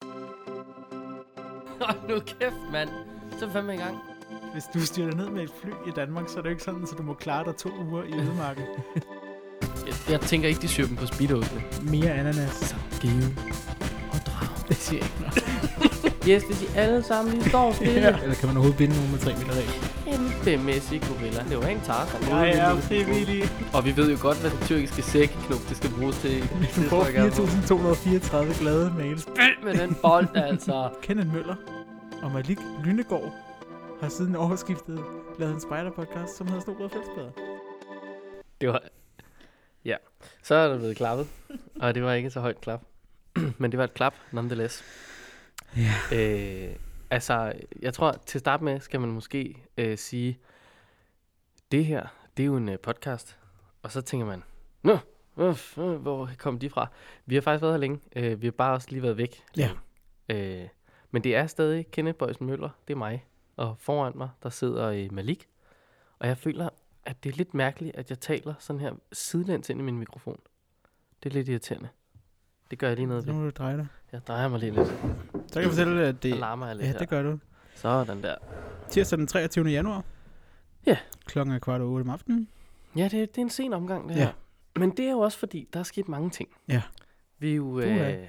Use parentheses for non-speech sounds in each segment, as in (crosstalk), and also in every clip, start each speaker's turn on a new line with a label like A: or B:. A: (laughs) Hold nu kæft, mand. Så er vi fandme i gang.
B: Hvis du styrer ned med et fly i Danmark, så er det jo ikke sådan, så du må klare dig to uger i ødemarken.
A: Jeg, jeg tænker ikke, de syr dem på speedosene.
B: Mere ananas.
A: Give og drag.
B: Det siger jeg ikke
A: (laughs)
B: noget.
A: Yes, hvis I alle sammen lige står stille. ja.
C: Eller kan man overhovedet binde nogen med 3 meter regel?
A: Kæmpemæssig gorilla. Det var en tager.
B: Jeg er frivillig.
A: Og vi ved jo godt, hvad den tyrkiske sækknop, det skal bruges til.
B: Du får
A: trykker jeg på.
B: 4.234 glade mails.
A: Med den bold, altså.
B: Kenneth Møller og Malik Lynegård har siden overskiftet lavet en spider-podcast, som hedder Snobrød Fældsbader.
A: Det var... Ja, så er der blevet klappet. Og det var ikke så højt klap. (clears throat) Men det var et klap, nonetheless. Ja. Øh, altså, jeg tror, til at starte med skal man måske øh, sige, det her, det er jo en øh, podcast. Og så tænker man, nå, uff, øh, hvor kom de fra? Vi har faktisk været her længe. Øh, vi har bare også lige været væk.
B: Ja.
A: længe. Øh, men det er stadig Kenneth Bøjsen Møller, det er mig. Og foran mig, der sidder øh, Malik. Og jeg føler, at det er lidt mærkeligt, at jeg taler sådan her sidelæns ind i min mikrofon. Det er lidt irriterende. Det gør jeg lige noget
B: Så
A: ved.
B: må du dreje dig.
A: Jeg drejer mig lige lidt.
B: Så kan jeg fortælle, at det...
A: Det larmer jeg lidt
B: Ja,
A: her.
B: det gør du.
A: Sådan der.
B: Tirsdag den 23. januar.
A: Ja.
B: Klokken er kvart over 8 om aftenen.
A: Ja, det, det er en sen omgang, det
B: Ja.
A: ja. her. Men det er jo også fordi, der er sket mange ting.
B: Ja.
A: Vi er jo...
B: Puha.
A: Øh,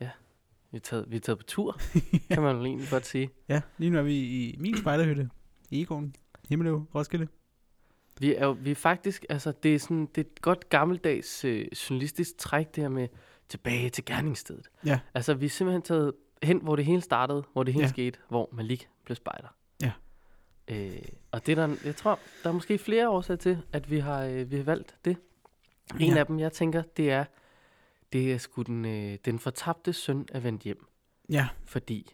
A: ja, vi er, taget, vi er taget på
B: (laughs)
A: tur, kan man vel egentlig godt sige.
B: Ja, lige nu er vi i min spejderhytte. I Egon, Himmeløv, Roskilde.
A: Vi er jo vi er faktisk... Altså, det er, sådan, det er et godt gammeldags øh, journalistisk træk, det her med tilbage til gerningsstedet.
B: Ja.
A: Altså, vi er simpelthen taget hen, hvor det hele startede, hvor det hele
B: Ja.
A: ja. skete, hvor Malik blev spejder.
B: Ja.
A: Øh, og det er der, jeg tror, der er måske flere årsager til, at vi har, øh, vi har valgt det. En
B: Ja.
A: ja. af dem, jeg tænker, det er, det er sgu den, øh, den fortabte søn er vendt hjem,
B: Ja,
A: fordi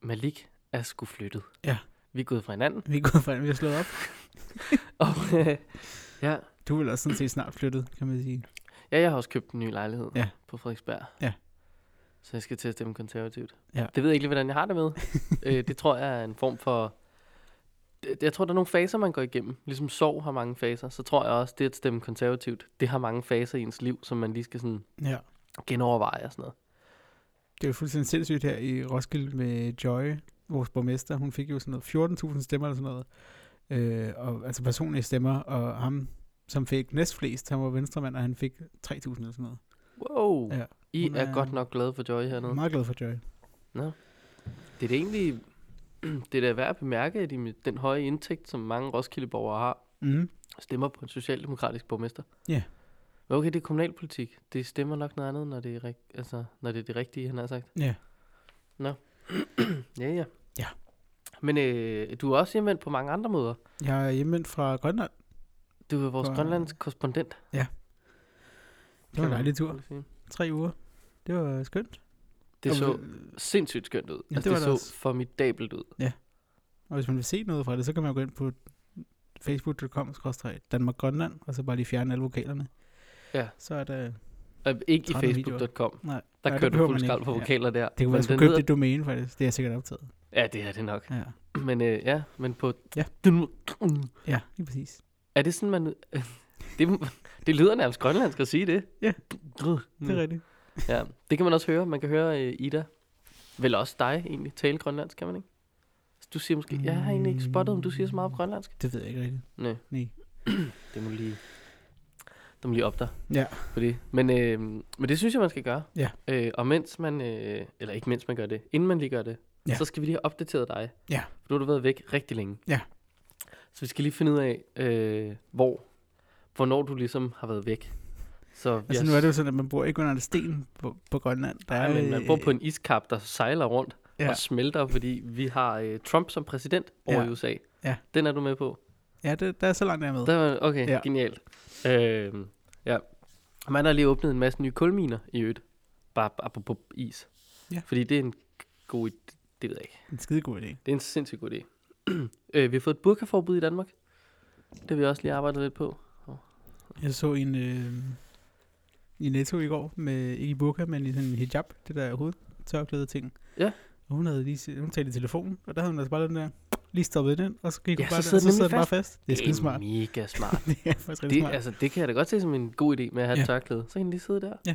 A: Malik er sgu flyttet.
B: Ja.
A: Vi er gået fra
B: (laughs)
A: hinanden,
B: vi er gået fra, vi har slået op.
A: og øh, ja,
B: Du vil også sådan set snart flyttet, kan man sige.
A: Ja, jeg har også købt en ny lejlighed
B: Ja.
A: ja. på Frederiksberg.
B: Ja.
A: Så jeg skal til at stemme konservativt.
B: Ja.
A: Det ved jeg ikke lige, hvordan jeg har
B: (laughs)
A: det med. øh, det tror jeg er en form for... Det- Jeg tror, der er nogle faser, man går igennem. Ligesom sorg har mange faser, så tror jeg også, det at stemme konservativt, det har mange faser i ens liv, som man lige skal sådan
B: Ja.
A: genoverveje og sådan noget.
B: Det er jo fuldstændig sindssygt her i Roskilde med Joy, vores borgmester. Hun fik jo sådan noget 14.000 stemmer eller sådan noget. Øh, og, altså personlige stemmer, og ham, som fik næstflest, han var venstremand, og han fik 3.000 eller sådan noget.
A: Wow!
B: Ja.
A: I
B: Hun
A: er,
B: er-
A: godt nok glade for Joy
B: Jeg
A: hernede.
B: er meget glad for Joy.
A: Det er det egentlig... (clears throat) det er da værd at bemærke, at i med den høje indtægt, som mange Roskildeborgere har,
B: Mm.
A: stemmer på en socialdemokratisk borgmester.
B: Ja.
A: Men Okay, det er kommunalpolitik. Det stemmer nok noget andet, når det er, rig- altså, når det, er det rigtige, han har sagt.
B: Ja.
A: Ja, ja.
B: Ja.
A: Men øh, du er også hjemvendt på mange andre måder.
B: Jeg er hjemvendt fra Grønland.
A: Du er vores
B: På-
A: grønlands korrespondent.
B: Det var en
A: kan man
B: dejlig tur.
A: roligt sige.
B: Tre uger. Det var skønt.
A: Det
B: Og
A: så
B: hvis-
A: sindssygt skønt ud.
B: Ja,
A: altså,
B: øh, det
A: det,
B: var det
A: det så
B: også.
A: formidabelt ud.
B: Og hvis man vil se noget fra det, så kan man jo gå ind på facebook.com Danmark Grønland, og så bare lige fjerne alle vokalerne.
A: Ja.
B: Så er der...
A: Øh, ikke i
B: Trætte videoer.
A: facebook.com.
B: Nej,
A: Der
B: nej, det
A: kører
B: behøver
A: du fuld
B: man
A: skrald
B: ikke.
A: på
B: Ja.
A: vokaler der.
B: Det kunne
A: Men
B: være, at
A: den
B: købe
A: hedder-
B: det domæne faktisk. Det er sikkert optaget.
A: Ja, det er det nok.
B: Ja,
A: Men øh, ja, men på...
B: Ja. ja lige præcis.
A: Er det sådan, man... (laughs) det, det lyder nærmest grønlandsk at sige det.
B: Ja.
A: Det
B: Det er rigtigt.
A: Ja, det kan man også høre. Man kan høre øh, Ida, vel også dig egentlig, tale grønlandsk, kan man ikke? Du siger måske, jeg har egentlig ikke spottet, om du siger så meget på grønlandsk.
B: Det ved jeg ikke rigtigt.
A: Nej,
B: Nej.
A: det må lige, det må lige op dig
B: Ja,
A: på det. Men, øh, men det synes jeg, man skal gøre.
B: Ja.
A: Øh, og mens man, øh, eller ikke mens man gør det, inden man lige gør det,
B: Ja.
A: ja. så skal vi lige have opdateret dig.
B: Ja.
A: For du har du været væk rigtig længe.
B: Ja.
A: Så vi skal lige finde ud af, øh, hvor, hvornår du ligesom har været væk. Så vi
B: altså
A: har-
B: nu er det jo sådan, at man bor ikke under en sten på, på Grønland. Der
A: Ja,
B: er,
A: men man
B: øh,
A: bor på en iskap, der sejler rundt
B: Ja.
A: ja. og smelter, fordi vi har øh, Trump som præsident over
B: Ja.
A: i USA.
B: Ja.
A: Den er du med på?
B: Ja, det, der er så langt der er med.
A: Der, var- okay,
B: Ja.
A: ja. genialt. Øhm, ja. Man har lige åbnet en masse nye kulminer i øvrigt. Bare apropos is.
B: Ja.
A: Fordi det er en god idé. Det ved jeg ikke.
B: En skide god idé.
A: Det er en sindssygt god idé. (clears throat) øh, vi har fået et burkaforbud i Danmark. Det har vi også lige arbejdet lidt på.
B: Jeg så en øh, i Netto i går, med, ikke i burka, men i sådan en hijab, det der hovedtørklæde ting.
A: Ja.
B: Og hun havde lige si- hun talte i telefonen, og der havde hun altså bare den der, lige stoppet den, og så gik
A: Ja,
B: hun bare
A: så sidder
B: den, og så
A: den
B: sidder den
A: nemlig
B: bare fast. Det er skide smart.
A: mega smart.
B: (laughs) det er faktisk rigtig
A: Det,
B: smart.
A: altså, det kan jeg da godt se som en god idé med at have ja.
B: Ja.
A: et tørklæde. Så kan den lige sidde der.
B: Ja.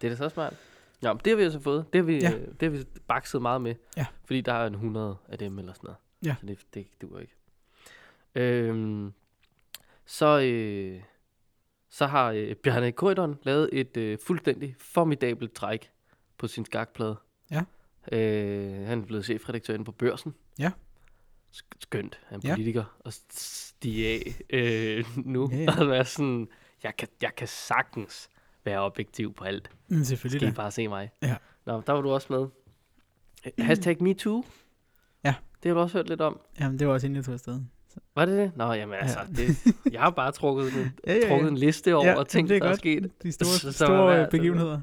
A: Det er da så smart. Ja, men det har vi altså fået. Det har vi,
B: Ja.
A: ja. det har vi bakset meget med.
B: Ja.
A: Fordi der er en 100 af dem eller sådan noget.
B: Ja.
A: Så det, det duer ikke. Øhm, så, øh, så har øh, Bjarne Korydon lavet et øh, fuldstændig formidabelt træk på sin skakplade.
B: Ja.
A: Øh, han er blevet chefredaktøren på børsen.
B: Ja.
A: Sk- Skønt. Han er
B: Ja.
A: politiker. Og s- stige af øh, nu.
B: Ja,
A: Ja, (laughs)
B: ja.
A: ja. Og være sådan, jeg kan, jeg kan sagtens være objektiv på alt.
B: Mm,
A: Skal I
B: selvfølgelig da.
A: bare se mig.
B: Ja.
A: Nå, der var du også med. Øh, Hashtag MeToo.
B: Ja.
A: Det har du også hørt lidt om.
B: Jamen, det var også inden jeg tog afsted.
A: Var det det? Nå, jamen altså,
B: Ja.
A: det,
B: (laughs)
A: jeg har bare trukket en,
B: Ja,
A: trukket en liste over ja, ting,
B: det
A: der
B: er
A: er
B: godt.
A: sket.
B: De store,
A: (laughs) Så- så var
B: store
A: det-
B: øh, begivenheder.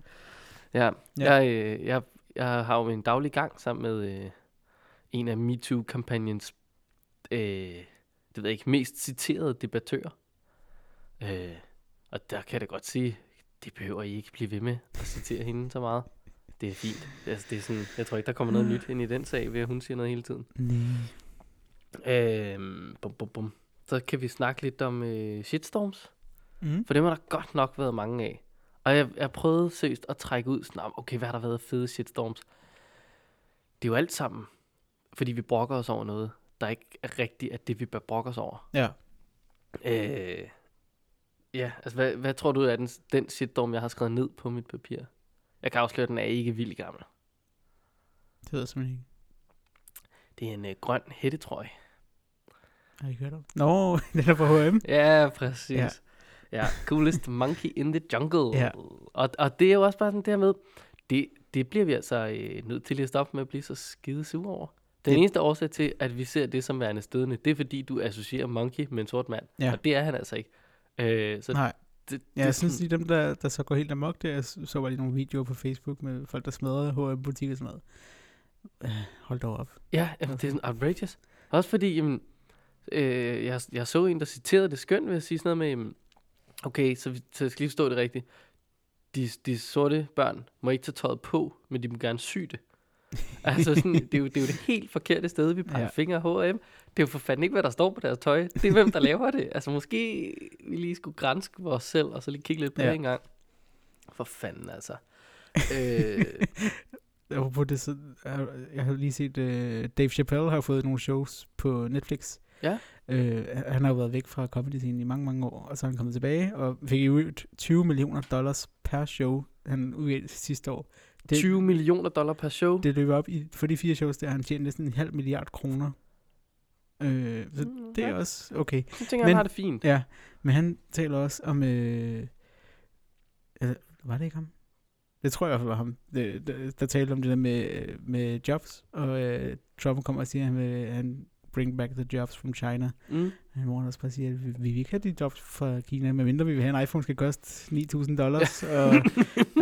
A: Ja,
B: Ja.
A: ja. Jeg, øh, jeg, jeg har jo en daglig gang sammen med øh, en af MeToo-kampagnens, øh, det ved jeg ikke, mest citerede debattører. Øh, og der kan jeg da godt sige, det behøver I ikke blive ved med at citere hende så meget. Det er fint. Altså, det er sådan, jeg tror ikke, der kommer noget nyt ind i den sag, ved at hun siger noget hele tiden.
B: Nej.
A: Øh, bum, bum, bum. Så kan vi snakke lidt om øh, shitstorms.
B: Mm.
A: For dem har der godt nok været mange af. Og jeg, jeg prøvede seriøst at trække ud, sådan, "Nå, okay, hvad har der været af fede shitstorms? Det er jo alt sammen, fordi vi brokker os over noget, der ikke er rigtigt at det, vi bør brokke os over.
B: Ja.
A: Øh, ja, altså hvad, hvad tror du er den, den shitstorm, jeg har skrevet ned på mit papir? Jeg kan afsløre, at den er ikke vildt gammel.
B: Det ved jeg simpelthen ikke.
A: Det er en øh, grøn hættetrøje.
B: Har I hørt om? Nå, (laughs) den er fra H&M.
A: Ja, præcis.
B: Ja.
A: Ja. ja, coolest monkey in the jungle.
B: Ja.
A: Og, og det er jo også bare sådan der med, det, det bliver vi altså øh, nødt til at stoppe med at blive så skide sure over. Den
B: Det-
A: eneste årsag til, at vi ser det som værende stødende, det er fordi, du associerer monkey med en sort mand.
B: Ja.
A: Og det er han altså ikke. Øh, så
B: Nej.
A: det,
B: Ja,
A: det, er
B: jeg synes
A: sådan-
B: lige, dem, der, der så går helt amok der, jeg s- så var lige nogle videoer på Facebook med folk, der smadrede H&M-butikker og sådan noget. Øh, hold dog op.
A: Ja, jamen, det er sådan outrageous. Også fordi, jamen, øh, jeg, jeg så en, der citerede det skønt ved at sige sådan noget med, jamen, okay, så, vi- så jeg skal lige forstå det rigtigt. De, de sorte børn må ikke tage tøjet på, men de må gerne sy
B: (laughs)
A: det. altså sådan, det, er jo, det er jo det helt forkerte sted, vi peger
B: Ja.
A: ja. fingre af H&M. Det er jo for fanden ikke, hvad der står på deres tøj. Det er hvem, der laver det. Altså måske vi lige skulle grænske os selv, og så lige kigge lidt på
B: Ja.
A: det en gang. For fanden altså. øh,
B: Apropos det, så, har- jeg har lige set, uh, Dave Chappelle har fået nogle shows på Netflix.
A: Ja.
B: Uh, han har jo været væk fra comedy scenen i mange, mange år, og så er han kommet tilbage og fik i øvrigt 20 millioner dollars per show, han udgav sidste år. (laughs) Det-
A: 20 millioner dollar per show.
B: Det løber op i, for de fire shows, der har han tjent næsten en halv milliard kroner. Øh, så
A: Mm,
B: det er
A: ja.
B: også okay.
A: Så tænker jeg,
B: Men-
A: han har det fint.
B: Ja, men han taler også om... Øh, altså, var det ikke ham? Det tror jeg i hvert fald var ham, det, der, der talte om det der med, med jobs, og øh, Trump kommer og siger, at han, vil, han bring back the jobs from China.
A: Mm.
B: Men Moren også bare siger, at vi, vi vil ikke have de jobs fra Kina, medmindre vi vil have en iPhone, skal koste 9.000 dollars. Og,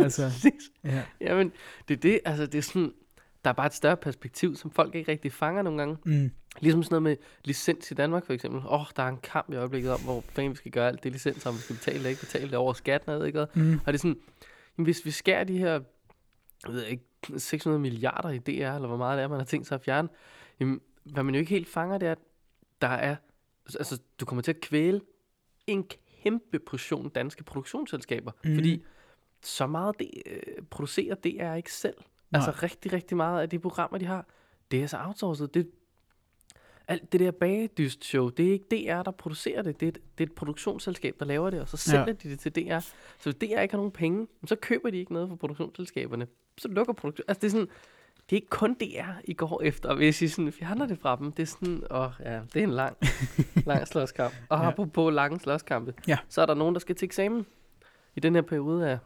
B: altså, ja,
A: (laughs) Jamen, det er det, altså det er sådan, der er bare et større perspektiv, som folk ikke rigtig fanger nogle gange.
B: mm,
A: Ligesom sådan noget med licens i Danmark for eksempel. Åh, oh, der er en kamp i øjeblikket om, hvor fanden vi skal gøre alt det licens, om vi skal betale eller ikke betale det over skatten, og jeg ved ikke hvad.
B: mm,
A: Og det er sådan, jamen, hvis vi skærer de her, jeg ved ikke, 600 milliarder i DR, eller hvor meget det er, man har tænkt sig at fjerne, jamen, hvad man jo ikke helt fanger, det er, at der er, altså, du kommer til at kvæle en kæmpe portion danske produktionsselskaber,
B: Mhm.
A: mm. fordi så meget det, øh, producerer DR ikke selv.
B: Nej.
A: Altså rigtig, rigtig meget af de programmer, de har, det er så outsourcet. Det, alt det der bagedyst show, det er ikke DR, der producerer det. Det er et, det er et produktionsselskab, der laver det, og så sælger
B: Ja.
A: ja. de det til DR. Så hvis DR ikke har nogen penge, jamen, så køber de ikke noget fra produktionsselskaberne. Så lukker produktion. Altså det er sådan, det er ikke kun DR, I går efter, hvis I sådan fjerner det fra dem. Det er sådan, åh ja, det er en
B: (laughs)
A: lang, lang slåskamp. Og
B: Ja.
A: ja. apropos lange slåskampe,
B: Ja.
A: så er der nogen, der skal til eksamen i den her periode af,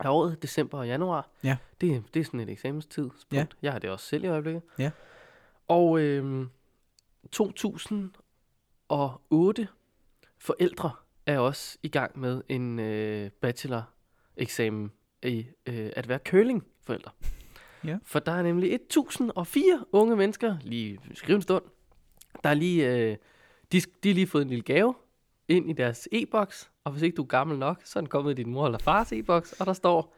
A: af året, december og januar.
B: Ja.
A: Det, det er sådan et eksamenstid.
B: Ja.
A: Ja. Jeg har det også selv i øjeblikket.
B: Ja.
A: Og øhm, 2008 forældre er også i gang med en øh, bachelor-eksamen i øh, at være curling-forældre.
B: Ja.
A: For der er nemlig 1004 unge mennesker, lige skriv en stund, der er lige, øh, de, de har lige fået en lille gave ind i deres e-boks, og hvis ikke du er gammel nok, så er den kommet i din mor eller fars e-boks, og der står,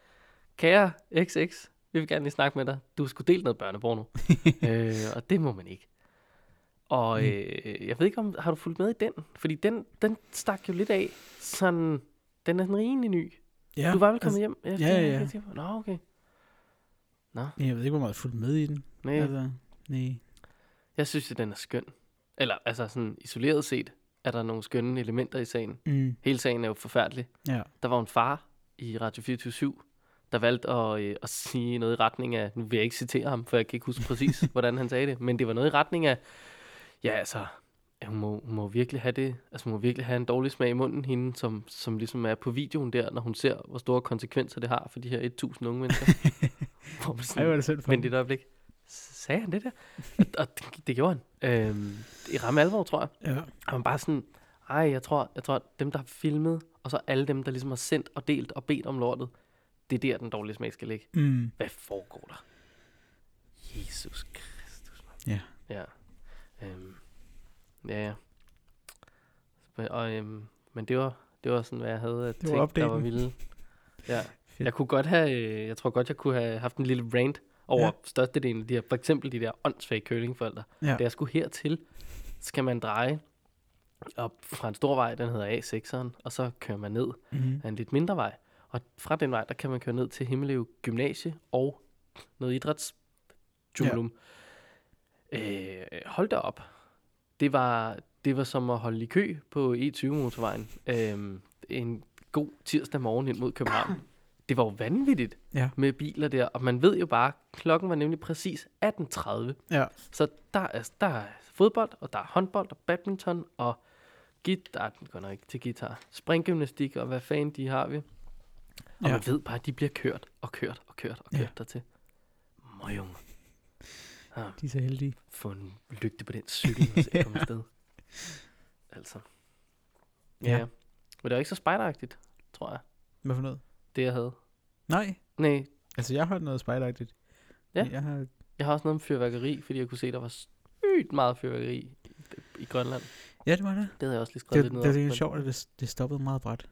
A: kære XX, vi vil gerne lige snakke med dig, du skulle dele noget børneporno. øh, og det må man ikke.
B: Mm.
A: Og øh, jeg ved ikke, om har du fulgt med i den? Fordi den, den stak jo lidt af, sådan, den er sådan rimelig ny.
B: ja, altså,
A: Du var vel kommet hjem? Efter
B: ja, ja,
A: de her
B: ja.
A: timer? Nå, okay. Nå.
B: Altså, Jeg ved ikke, hvor meget jeg fulgte med i den.
A: Nej,
B: Altså, nej.
A: jeg synes, at den er skøn. Eller altså sådan isoleret set, er der nogle skønne elementer i sagen.
B: Mm.
A: Hele sagen er jo forfærdelig.
B: Ja.
A: Der var jo en far i Radio 24 der valgte at, øh, at sige noget i retning af, nu vil jeg ikke citere ham, for jeg kan ikke huske
B: (laughs)
A: præcis, hvordan han sagde det, men det var noget i retning af, ja altså, ja, hun må, hun må virkelig have det, altså hun må virkelig have en dårlig smag i munden, hende, som, som ligesom er på videoen der, når hun ser, hvor store konsekvenser det har for de her 1000 unge mennesker.
B: (laughs)
A: Hvor man sådan-
B: Ej, var det synd for
A: men
B: Men
A: det et øjeblik. Sagde han det der? og, og det, det gjorde han. Øhm, I ramme alvor, tror jeg.
B: Ja.
A: Og man bare sådan, ej, jeg tror, jeg tror, at dem, der har filmet, og så alle dem, der ligesom har sendt og delt og bedt om lortet, det er der, den dårlige smag skal ligge.
B: Mm.
A: Hvad foregår der? Jesus Kristus. mand.
B: Ja.
A: Ja. Øhm, ja, ja. Men- Og, øhm, men det var, det var sådan, hvad jeg havde
B: var
A: tænkt, der var
B: opdateringen. (laughs)
A: vilde. Ja.
B: Fedt.
A: Jeg kunne godt have, øh, jeg tror godt, jeg kunne have haft en lille rant over
B: Ja.
A: ja. størstedelen af de her, for eksempel de der åndssvage curlingforældre.
B: Ja.
A: Da jeg skulle hertil, skal man dreje op fra en stor vej, den hedder A6'eren, og så kører man ned
B: Mm.
A: af en lidt mindre vej. Og fra den vej, der kan man køre ned til Himmelev Gymnasie og noget idræts ja. øh, Hold da op. Det var, det var som at holde i kø på E20-motorvejen øh, en god tirsdag morgen ind mod København. Det var jo vanvittigt
B: Ja.
A: med biler der, og man ved jo bare, klokken var nemlig præcis 18.30.
B: Ja.
A: Så der er, der er fodbold, og der er håndbold, og badminton, og guitar, den går nok ikke til guitar, springgymnastik, og hvad fanden de har vi. Og
B: Ja.
A: ja. man ved bare, at de bliver kørt, og kørt, og kørt, og
B: Ja.
A: kørt ja. dertil. Møjung,
B: De er så heldige.
A: få en lygte på den cykel, og se komme
B: (laughs)
A: afsted. Altså. Ja.
B: Ja.
A: ja. Men det var ikke så spejderagtigt, tror jeg,
B: Hvad for noget?
A: det jeg havde.
B: Nej.
A: Nej,
B: Altså, jeg har noget spejlagtigt.
A: Ja.
B: Jeg har,
A: jeg har også noget om fyrværkeri, fordi jeg kunne se, at der var sygt meget fyrværkeri i, i Grønland.
B: ja, det var det.
A: Det havde jeg også lige skrevet
B: Det, det,
A: lidt
B: det,
A: ned
B: er
A: om,
B: sjovt, at det, det stoppede meget bræt.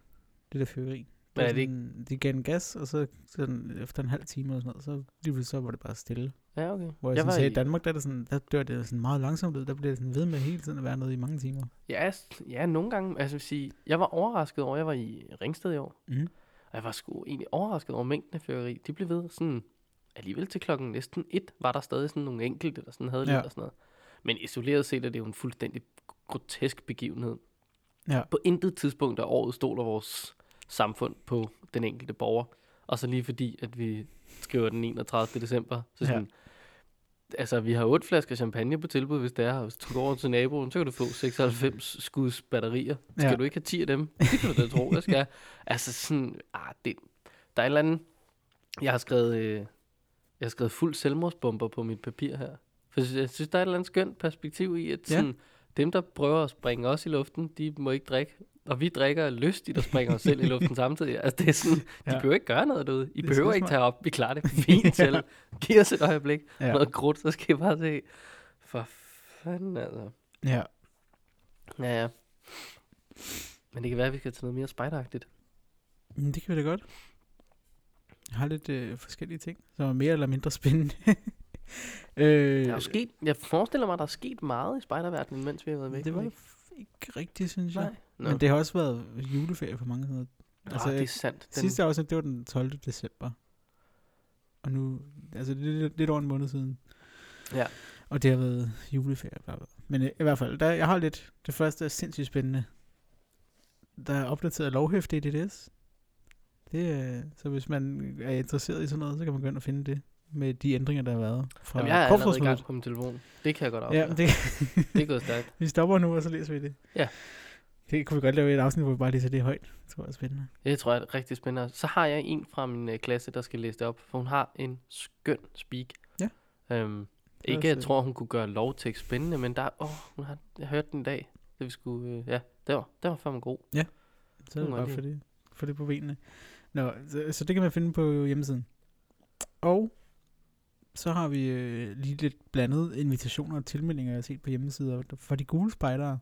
B: Det der fyrværkeri.
A: Men er det ikke?
B: sådan, De gav den gas, og så sådan, efter en halv time eller sådan noget, så, lige pludselig så var det bare stille.
A: Ja, okay.
B: Hvor
A: Jeg
B: jeg, jeg
A: var
B: sådan sagde, i
A: i-
B: Danmark, der, er det sådan, der dør det sådan meget langsomt ud. Der bliver det sådan ved med hele tiden at være nede i mange timer.
A: Ja, s- ja, nogle gange. Altså, jeg vil sige, jeg var overrasket over, at jeg var i Ringsted i år.
B: Mhm.
A: Og jeg var sgu egentlig overrasket over mængden af fyrværkeri. De blev ved sådan, alligevel til klokken næsten et, var der stadig sådan nogle enkelte, der sådan havde
B: Ja.
A: lidt og sådan noget. Men isoleret set er det jo en fuldstændig grotesk begivenhed.
B: Ja.
A: På intet tidspunkt af året stoler vores samfund på den enkelte borger. Og så lige fordi, at vi skriver den 31. december, så
B: Ja.
A: sådan, Altså, vi har otte flasker champagne på tilbud, hvis det er. og Hvis du går over til naboen, så kan du få 96 skuds batterier. Skal
B: Ja.
A: ja. du ikke have 10 af dem? Det kan du da tro, jeg
B: (laughs)
A: skal. Altså sådan, ah, det, der er et eller andet... Jeg har skrevet, øh, jeg har skrevet fuld selvmordsbomber på mit papir her. For jeg synes- jeg synes, der er et eller andet skønt perspektiv i, at
B: Ja.
A: sådan, dem, der prøver at springe os i luften, de må ikke drikke. Og vi drikker lystigt og springer os selv i luften
B: (laughs)
A: samtidig. Altså, det er sådan, de
B: Ja.
A: behøver ikke gøre noget derude. I
B: Det er
A: behøver
B: skide
A: ikke
B: smart.
A: tage op. Vi klarer det
B: (laughs)
A: fint selv. Giv os et øjeblik
B: Ja.
A: noget krudt, så skal jeg bare se. For fanden altså.
B: ja.
A: Ja, ja. Men det kan være, at vi skal til noget mere spejderagtigt.
B: Men Mm, det kan vi da godt. Jeg har lidt øh, forskellige ting, som er mere eller mindre (laughs) spændende. øh,
A: Der er jo sket, jeg forestiller mig, at der er sket meget i spejderverdenen, mens vi har været væk.
B: det var
A: ikke?
B: f- ikke rigtigt, synes jeg.
A: Nej. Nå.
B: Men det har også været juleferie for mange steder.
A: altså, det er sandt. Den,
B: Den... Sidste afsnit, det var den 12. december. Og nu, altså det er lidt- lidt over en måned siden.
A: Ja.
B: Og det har været juleferie. Bla bla. Men øh, i hvert fald, der, jeg har lidt, det første er sindssygt spændende. Der er opdateret lovhæfte i DDS. Det, er- så hvis man er interesseret i sådan noget, så kan man gå ind og finde det med de ændringer, der har været fra
A: Jamen, jeg er allerede i gang
B: korpsrådsmødet.
A: på min telefon. Det kan jeg godt
B: Ja,
A: afgøre.
B: men
A: det...
B: det, (laughs)
A: det er gået stærkt.
B: vi stopper nu, og så læser vi det.
A: Ja.
B: Det kunne vi godt lave i et afsnit, hvor vi bare læser det højt. Det tror jeg er spændende.
A: Det tror jeg er rigtig spændende. Så har jeg en fra min øh, klasse, der skal læse det op, for hun har en skøn speak.
B: Ja.
A: Øhm,
B: er
A: ikke, jeg
B: også, øh,
A: tror, hun kunne gøre lovtekst spændende, men der, åh, hun har, jeg hørte den i dag, da vi skulle, øh, ja, det var, det var fandme god.
B: Så er det
A: Nogle
B: bare
A: gange.
B: for det, for det på benene. Nå, så, så det kan man finde på hjemmesiden. Og så har vi øh, lige lidt blandet invitationer og tilmeldinger, jeg har set på hjemmesider. For de gule spejdere,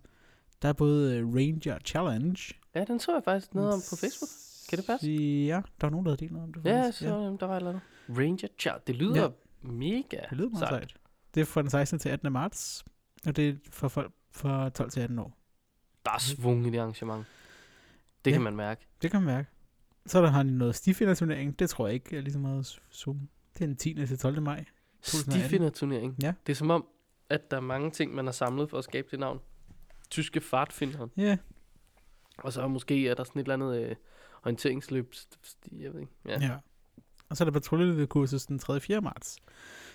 B: der er både øh, Ranger Challenge.
A: Ja, den så jeg faktisk noget om på Facebook. Kan det passe?
B: Ja, der var nogen, der havde delt noget om det.
A: Ja,
B: faktisk.
A: så ja. der var et eller andet. Ranger Chart. Det lyder
B: Ja.
A: ja. mega
B: det lyder meget sejt. Det er fra den 16. til 18. marts, og det er for folk fra 12 til 18 år.
A: Der er svung i det arrangement. Det
B: Ja.
A: kan man mærke.
B: Det kan man mærke. Så der har de noget stifinderturnering. Det tror jeg ikke er lige så meget Zoom. Den 10. til 12. maj. 2018.
A: Stifinderturnering.
B: Ja.
A: Det er som om, at der er mange ting, man har samlet for at skabe det navn. Tyske fartfinderen.
B: Ja,
A: Og så måske er der sådan et eller andet øh, orienteringsløb. st- st- Jeg ved ikke. Ja.
B: ja. Og så er der patruljelydekursus den 3. og 4. marts.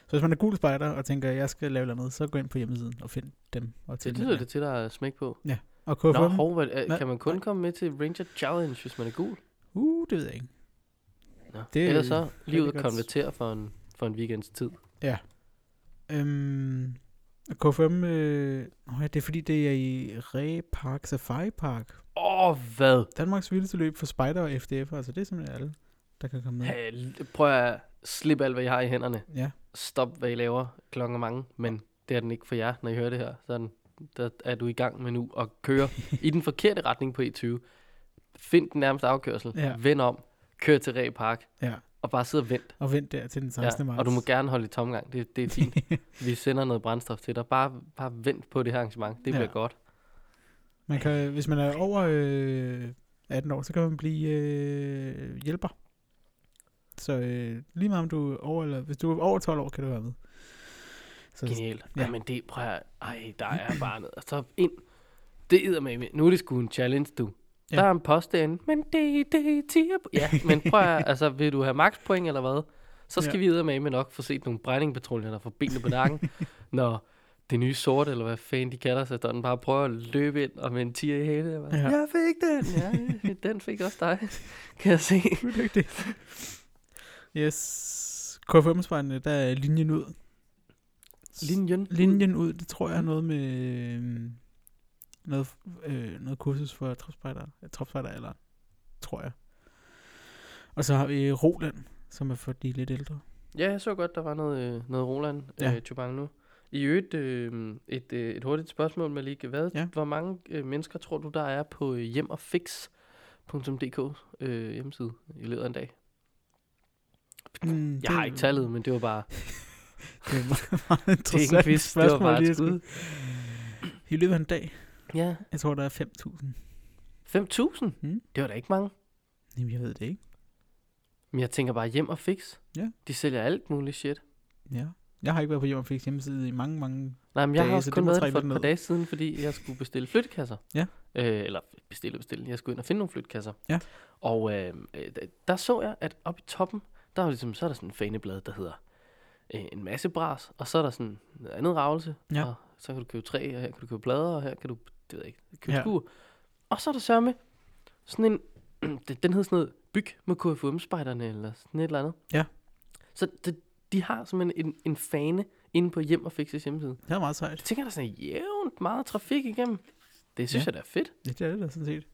B: Så hvis man er gul spejder og tænker, at jeg skal lave noget, så gå ind på hjemmesiden og find dem og
A: Det
B: tilmeld
A: lyder
B: jer.
A: det til, der er smæk på.
B: Og
A: Nå,
B: KFM?
A: hov, hvad, øh,
B: Hvad?
A: kan man kun komme med til Ranger Challenge, hvis man er gul?
B: Uh, det ved jeg ikke.
A: Nå.
B: Det er
A: Ellers så livet
B: godt.
A: konverterer for en, for en weekends tid.
B: Øhm, KFM, øh, oh ja, det er fordi, det er i Re Park Safari Park.
A: Åh, oh, hvad?
B: Danmarks vildeste løb for spejder og FDF'er, altså det er simpelthen alle, der kan komme med.
A: Ha, l- prøv at slippe alt, hvad I har i hænderne.
B: Ja,
A: Stop, hvad I laver klokken er mange. Men det er den ikke for jer, når I hører det her. Så er, den, der er du i gang med nu at
B: (laughs)
A: køre i den forkerte retning på E20. Find den nærmeste afkørsel.
B: Ja.
A: Vend om. Kør til Ræ Park.
B: ja.
A: Og bare sidde og vent.
B: Og vent der til den 16. marts.
A: og du må gerne holde i tomgang. Det, det er fint.
B: (laughs)
A: Vi sender noget brændstof til dig. Bare, bare vent på det her arrangement. Det
B: Ja.
A: bliver godt.
B: man kan, hvis man er over øh, 18 år, så kan man blive øh, hjælper. Så øh, lige meget om du er over, eller hvis du er over 12 år, kan du være med. Så,
A: Genialt.
B: Ja.
A: Ja. Jamen det, prøv at, ej, der er (clears throat) bare noget. Og så ind. Det er med. Nu er det sgu en challenge, du.
B: Ja.
A: Ja. Der er en post derinde. Men det, det, tiger på. Ja, men prøv at, altså, vil du have maxpoint eller hvad? Så skal ja. vi med med nok få set nogle brændingpatruljer, der får benene på (laughs) nakken. når det nye sort, eller hvad fanden de kalder sig, der den bare prøver at løbe ind og med en tiger i hæle. Jeg, bare,
B: Ja.
A: ja. jeg fik den! Ja, den fik også dig, kan jeg se.
B: Du er dygtig. Yes. KFM spejlene, øh, der er linjen ud.
A: Linjen. Mm.
B: Linjen ud, det tror jeg er noget med øhm, noget, øh, noget kursus for tropspejder, tropspejder eller tror jeg. Og så har vi Roland, som er for de lidt ældre.
A: Ja, jeg så godt, der var noget, øh, noget Roland
B: Ja.
A: ja. øh, Chubang nu. I øvrigt, øh, et, øh, et hurtigt spørgsmål, Malik. Hvad,
B: Ja.
A: ja. Hvor mange øh, mennesker tror du, der er på øh, hjemogfix.dk øh, hjemmeside i løbet af en dag?
B: Mm,
A: Jeg har ikke tallet, men det var bare
B: Det er meget, (laughs) meget
A: det er ikke en
B: interessant
A: quiz. Det var
B: spørgsmål.
A: bare
B: lige
A: et
B: at skulle-
A: skud.
B: I løbet af en dag,
A: Ja.
B: jeg tror der er 5.000.
A: 5.000?
B: Mm.
A: Mm. Det var da ikke mange.
B: Jamen jeg ved det ikke.
A: Men jeg tænker bare hjem og fix.
B: Ja.
A: De sælger alt muligt shit.
B: Ja. Jeg har ikke været på Jørgen hjemmeside i mange, mange
A: Nej, men jeg
B: Dage,
A: har
B: så
A: også
B: det
A: kun
B: må
A: været
B: trække
A: det for
B: lidt
A: et par
B: ned.
A: dage siden, fordi jeg skulle bestille flyttekasser.
B: Ja.
A: Øh, eller bestille, bestille. Jeg skulle ind og finde nogle flyttekasser.
B: Ja.
A: Og øh, øh, d- der så jeg, at oppe i toppen, der er, jo ligesom, så er der sådan en faneblad, der hedder øh, en masse bras, og så er der sådan noget andet ravelse.
B: Ja.
A: Og så kan du købe træ, og her kan du købe blader, og her kan du, det ved jeg ikke, købe
B: Ja.
A: ja. skur. Og så er der sørme sådan en, (clears throat) den- den hedder sådan noget, byg med KFUM-spejderne, eller sådan et eller andet.
B: Ja.
A: Så det, de har simpelthen en, en fane inde på hjem og fikses hjemmeside.
B: Det er meget sejt.
A: Jeg tænker, der er sådan jævnt meget trafik igennem. Det synes ja.
B: Ja.
A: jeg, der er fedt.
B: Ja, det er det da sådan set.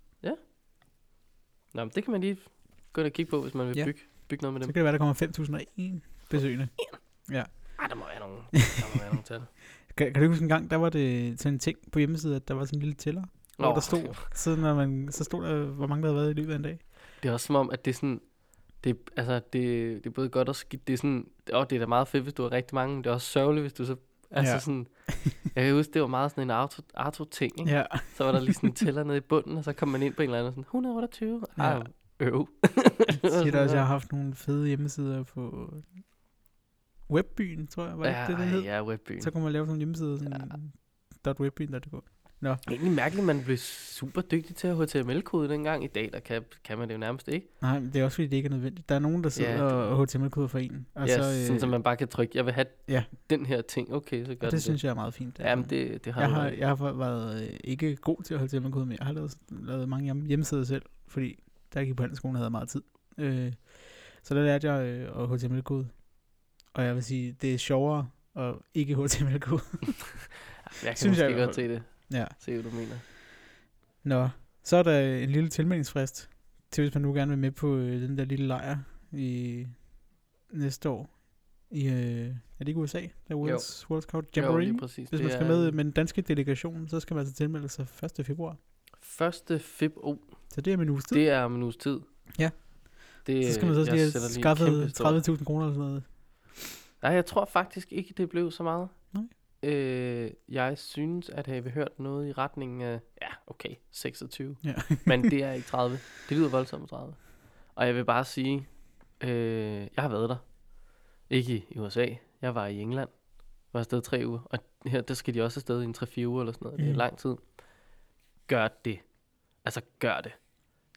A: Nå, men det kan man lige gå ind og kigge på, hvis man vil
B: Ja.
A: ja. bygge, bygge noget med
B: Så
A: dem.
B: kan det være, der kommer 5.001 besøgende.
A: Ah, der må være
B: (laughs)
A: nogle, der må være nogle tal.
B: Kan, kan du huske en gang, der var det sådan en ting på hjemmesiden, at der var sådan en lille tæller, hvor der stod, så, når man, så stod der, hvor mange der havde været i løbet af en dag.
A: Det er også som om, at det er sådan... Det, altså, det, det er både godt og skidt. Det er sådan... Åh, det er da meget fedt, hvis du har rigtig mange, men det er også sørgeligt, hvis du så... Altså
B: Ja.
A: ja. sådan... Jeg kan huske, det var meget sådan en Arto- Arto-ting, ikke? (laughs)
B: Ja.
A: Så var der lige sådan en tæller nede i bunden, og så kom man ind på en eller anden og sådan... 128.
B: Ja.
A: Ja. Øv. (laughs)
B: Siger der også, jeg har haft nogle fede hjemmesider på webbyen, tror jeg, var det
A: Ja,
B: ja, det, den hed?
A: ej, ja, webbyen.
B: Så kunne man lave sådan en hjemmeside, sådan ja. .webbyen, der det går.
A: Egentlig mærkeligt, at man blev super dygtig til at HTML-kode dengang. I dag, der kan, kan man det jo nærmest ikke.
B: Nej, men det er også fordi, det ikke er nødvendigt. Der er nogen, der sidder
A: Ja.
B: og og HTML-koder for en. Og
A: Og ja,
B: så,
A: så, øh, sådan, så man bare kan trykke, jeg vil have
B: Altså, ja.
A: den her ting. Okay, så gør den
B: og det synes jeg er meget fint.
A: jeg. Jamen, det, det har
B: jeg,
A: du
B: har,
A: ret i.
B: jeg har været øh, ikke god til at holde hjemmekode, men jeg har lavet, lavet mange hjem- hjemmesider selv, fordi der gik på handelsskolen, havde jeg meget tid. Øh, så der lærte jeg øh, at HTML-kode. Og jeg vil sige, det er sjovere at ikke HTML-kode. (laughs)
A: Jeg kan
B: synes
A: synes
B: jeg
A: måske
B: i hvert
A: jeg godt se det.
B: ja.
A: Se, hvad du mener.
B: Nå, så er der en lille tilmeldingsfrist til, hvis man nu gerne vil med på øh, den der lille lejr i næste år. I, øh, er det ikke USA? Der er World's, World's Cup Jamboree.
A: Jo, lige præcis.
B: hvis
A: Det
B: man skal
A: er
B: med med den danske delegation, så skal man altså tilmelde sig 1. februar.
A: 1. feb. Oh,
B: Så det er min uges tid.
A: det er om en uges tid.
B: Ja.
A: Det,
B: Så skal man så også
A: jeg
B: lige
A: sætter
B: have
A: et
B: skaffet
A: kæmpe stort-
B: 30.000 kroner eller sådan noget.
A: Nej, jeg tror faktisk ikke, det blev så meget.
B: Nej.
A: Øh, jeg synes at have hørt noget i retningen af, ja, okay, 26.
B: Ja.
A: (laughs) Men det er ikke 30. Det lyder voldsomt med 30. Og jeg vil bare sige, øh, jeg har været der. Ikke i- i USA. Jeg var i England. Var afsted tre uger. Og her, der skal de også afsted i en 3-4 uger eller sådan noget. Det er
B: Mm.
A: lang tid. Gør det. Altså, gør det.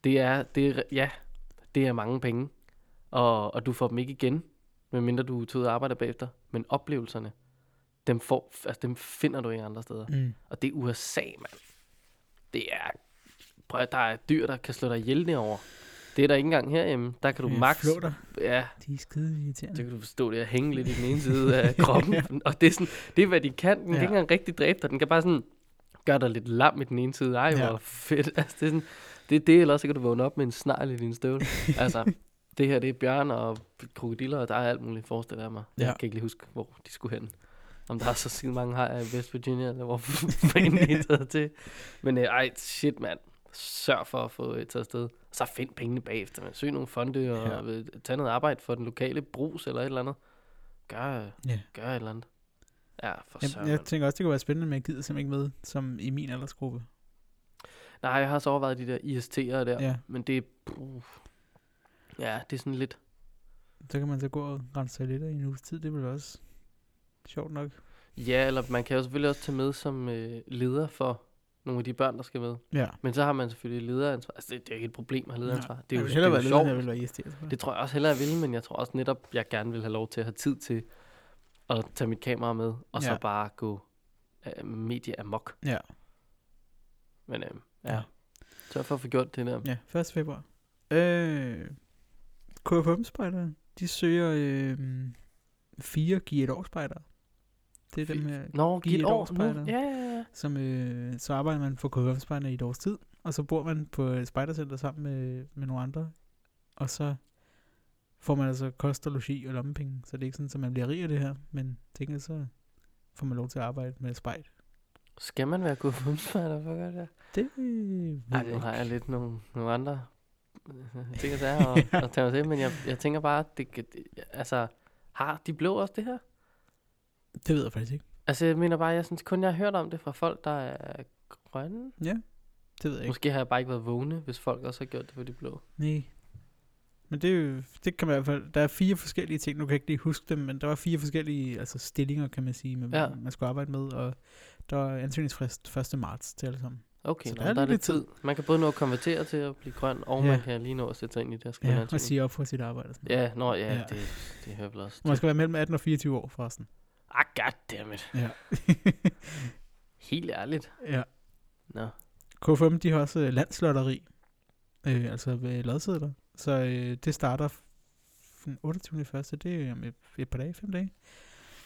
A: Det er, det er, ja, det er mange penge. Og, og du får dem ikke igen, medmindre du tager ud og arbejder bagefter. Men oplevelserne, dem, får, altså, dem finder du ikke andre steder.
B: Mm.
A: Og det er USA, mand. Det er... Prøv, at- der er dyr, der kan slå dig ihjel derovre. Det er der ikke engang herhjemme. Der kan du max...
B: Flåter.
A: Ja,
B: De er skide irriterende.
A: det kan du forstå, det at hænge lidt i den ene side
B: (laughs)
A: af kroppen. Og det er, sådan, det er, hvad de kan. Den ja. kan
B: Ja.
A: ikke engang rigtig dræbe dig. Den kan bare sådan gøre dig lidt lam i den ene side. Ej,
B: Ja.
A: hvor fedt. (laughs) Altså, det, er sådan, det er det, eller også så kan du vågne op med en snegl i din
B: (laughs)
A: støvle. altså, det her, det er bjørn og krokodiller, og der er alt muligt, forestiller jeg mig. Ja.
B: Ja.
A: Jeg kan ikke lige huske, hvor de skulle hen. Om der er så skide mange hajer i West Virginia, eller hvor (laughs) fanden de er taget til. Men øh, ej, shit, mand. Sørg for at få øh, taget afsted. Så find pengene bagefter, man. Søg nogle fonde, og
B: Ja.
A: ja. øh, tag noget arbejde for den lokale brus, eller et eller andet. Gør, øh,
B: Ja.
A: gør et eller andet. Ja, for
B: Jeg,
A: søren.
B: jeg tænker også, det kunne være spændende, men jeg gider simpelthen ikke med, som i min aldersgruppe.
A: Nej, jeg har også overvejet de der IST'ere der.
B: Ja. ja.
A: Men det er... Uh, ja, det er sådan lidt...
B: Så kan man så gå og rense toiletter i en uges tid. Det ville også sjovt nok.
A: Ja, eller man kan jo selvfølgelig også tage med som øh, leder for nogle af de børn, der skal med.
B: Ja.
A: Men så har man selvfølgelig lederansvar. Altså, det, det er jo ikke et problem at have lederansvar. Det er jo,
B: jeg
A: det er
B: vil hellere
A: jo
B: være lederen,
A: sjovt.
B: jeg vil være irriteret. tror jeg.
A: Det tror jeg også hellere, jeg ville, men jeg tror også netop, jeg gerne vil have lov til at have tid til at tage mit kamera med, og ja. så
B: Ja.
A: bare gå øh, medie amok.
B: Ja.
A: Men øh, ja.
B: Ja.
A: Så for at få gjort det der.
B: Ja, 1. februar. Øh, KFM spejdere de søger øh, fire Giv et år spejdere. Det er dem her,
A: Nå,
B: Giv
A: giv et
B: et
A: år
B: års
A: nu.
B: spejder.
A: Ja, ja, ja.
B: som øh, så arbejder man for KFM spejderne i et års tid, og så bor man på et spejdercenter sammen med, med nogle andre, og så får man altså kost og logi og lommepenge, så det er ikke sådan, at man bliver rig af det her, men tænker så får man lov til at arbejde med spejl.
A: Skal man være god fodboldspejder for at gøre det?
B: Det øh, ved
A: Ej,
B: jeg
A: nu
B: ikke.
A: har jeg lidt nogle, nogle andre øh, ting og sager
B: (laughs)
A: at- at tage mig til, men jeg, jeg tænker bare, det, kan- det, altså, har de blå også det her?
B: Det ved jeg faktisk ikke.
A: Altså, jeg mener bare, jeg synes kun, jeg har hørt om det fra folk, der er grønne.
B: Det ved jeg ikke.
A: Måske har jeg bare ikke været vågne, hvis folk også har gjort det for de blå.
B: Nej. Men det, er jo- det kan man i hvert fald... Der er fire forskellige ting, nu kan jeg ikke lige huske dem, men der var fire forskellige altså stillinger, kan man sige, man,
A: Ja.
B: ja. man skulle arbejde med, og der var ansøgningsfrist 1. marts til alle sammen.
A: Okay,
B: Så
A: nå, der, er lidt tid. Man kan både nå at konvertere til at blive grøn, og
B: Ja.
A: man kan lige nå at sætte sig ind i det.
B: Ja, og sige op for sit arbejde. og Sådan.
A: ja, nå, ja, ja.
B: Ja.
A: Det, det hører vel også
B: Man
A: til.
B: skal være mellem 18 og 24 år, (laughs) forresten.
A: Ah, goddammit.
B: Ja.
A: Helt ærligt.
B: ja.
A: Nå.
B: KFM, de har også øh, landslotteri, øh, altså ved lodsedler. Så øh, det starter f- den 28. første, det er om et, et par dage, fem dage.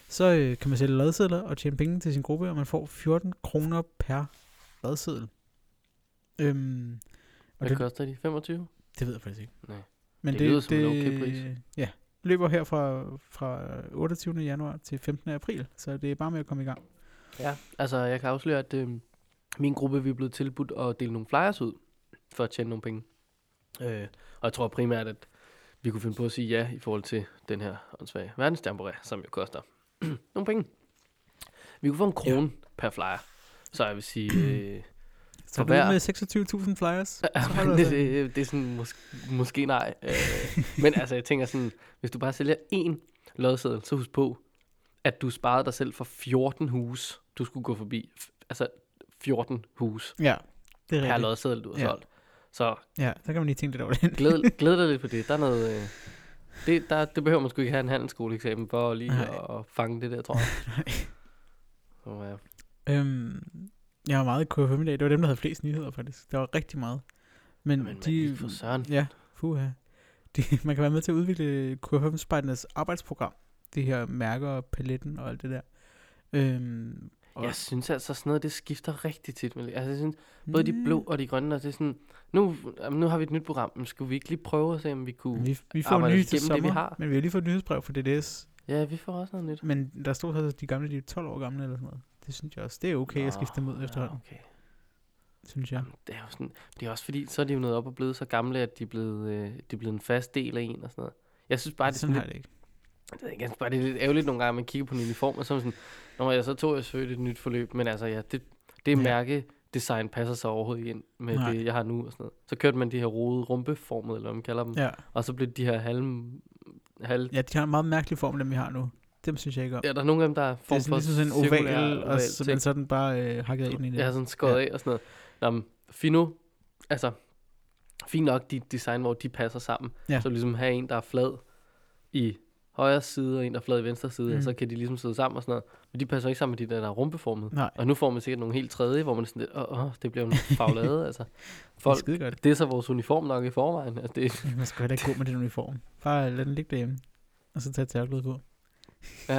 B: Så øh, kan man sælge lodsedler og tjene penge til sin gruppe, og man får 14 kroner per lodseddel. Øhm, og
A: Hvad
B: det,
A: koster de? 25?
B: det ved jeg faktisk ikke.
A: Nej.
B: Men
A: Det lyder som en okay pris.
B: Ja, løber her fra, fra 28. januar til 15. april, så det er bare med at komme i gang.
A: Ja, altså jeg kan afsløre, at øh, min gruppe vi er blevet tilbudt at dele nogle flyers ud for at tjene nogle penge. Øh, og jeg tror primært, at vi kunne finde på at sige ja i forhold til den her åndssvage verdensdamperé, som jo koster (clears throat) nogle penge. Vi kunne få en krone ja. per flyer. Så jeg vil sige, øh,
B: Så
A: For
B: du er
A: hver-
B: med 26.000 flyers. Så har du
A: men det,
B: altså-
A: det, det er sådan, måske, måske nej. Øh, men altså, jeg tænker sådan, hvis du bare sælger én lodseddel, så husk på, at du sparede dig selv for 14 hus, du skulle gå forbi. F- Altså, 14 hus
B: Ja, det er
A: per
B: rigtigt.
A: lodseddel, du har
B: Ja.
A: solgt. Så
B: Ja, så kan man lige tænke lidt over det. (laughs)
A: glæd, glæd dig lidt på det. Der er noget... Øh, det, der, det behøver man sgu ikke have en handelsskoleeksamen for lige at,
B: Nej.
A: at fange det der, tror
B: (laughs)
A: jeg. Så, ja.
B: øhm, jeg var meget i KFM i dag. Det var dem, der havde flest nyheder, faktisk. Der var rigtig meget. Men,
A: Men
B: de...
A: man, for søren.
B: ja, fuha. De, man kan være med til at udvikle kfm spejdernes arbejdsprogram. Det her mærker, og paletten og alt det der. Øhm, og-
A: Jeg synes altså, sådan noget, det skifter rigtig tit. Med, altså, jeg synes, Både de
B: Mm.
A: blå og de grønne, og det er sådan, nu, jamen, nu har vi et nyt program, men skulle vi ikke lige prøve at se, om vi kunne...
B: Mm. Vi, vi får
A: arbejder
B: nye
A: os
B: til
A: igennem
B: sommer,
A: det, vi
B: det, vi
A: har.
B: men vi har lige fået et nyhedsbrev fra DDS.
A: Ja, vi får også noget nyt.
B: Men der stod så, at de gamle de er 12 år gamle eller sådan noget. Det synes jeg også. Det er okay Nå, at
A: Nå,
B: skifte dem ud
A: ja,
B: efterhånden,
A: Okay.
B: synes jeg.
A: Jamen, det er jo sådan, det er også fordi, så er de jo nået op og blevet så gamle, at de er blevet, øh, de er blevet en fast del af en og sådan noget. Jeg synes bare, det er sådan
B: sådan har
A: lidt,
B: jeg det ikke.
A: jeg ved ikke, jeg synes bare, det er lidt ærgerligt nogle gange, at man kigger på en uniform, og så er man sådan, når jeg så tog jeg selvfølgelig et nyt forløb, men altså ja, det, det
B: Ja.
A: mærke design passer sig overhovedet ikke ind med
B: Nej.
A: det, jeg har nu og sådan noget. Så kørte man de her rode rumpeformede, eller hvad man kalder dem.
B: Ja.
A: Og så blev de her halm, halv...
B: Ja, de har en meget mærkelig form, dem vi har nu. Dem synes jeg ikke om.
A: Ja, der er nogle af dem, der er
B: det er
A: form
B: sådan,
A: for
B: ligesom sådan en
A: cirkulær
B: oval, og så, men
A: ting.
B: så er den bare øh, hakket ind i det.
A: Jeg har sådan skåret ja. af og sådan noget. Nå, men Fino, altså, fint nok dit design, hvor de passer sammen.
B: Ja.
A: Ja. Så ligesom have en, der er flad i højre side, og en, der er flad i venstre side, mm.
B: Mm.
A: og så kan de ligesom sidde sammen og sådan noget. Men de passer ikke sammen med de der, der er rumpeformede.
B: Nej,
A: Og nu får man sikkert nogle helt tredje, hvor man er sådan lidt, åh, åh det bliver nogle
B: (laughs)
A: faglade, altså.
B: Folk. det
A: Folk,
B: er skide godt.
A: det er så vores uniform nok i forvejen. Altså, det,
B: Ja, man skal heller ikke gå med den uniform. Bare lad den ligge derhjemme, og så tage tørklædet på.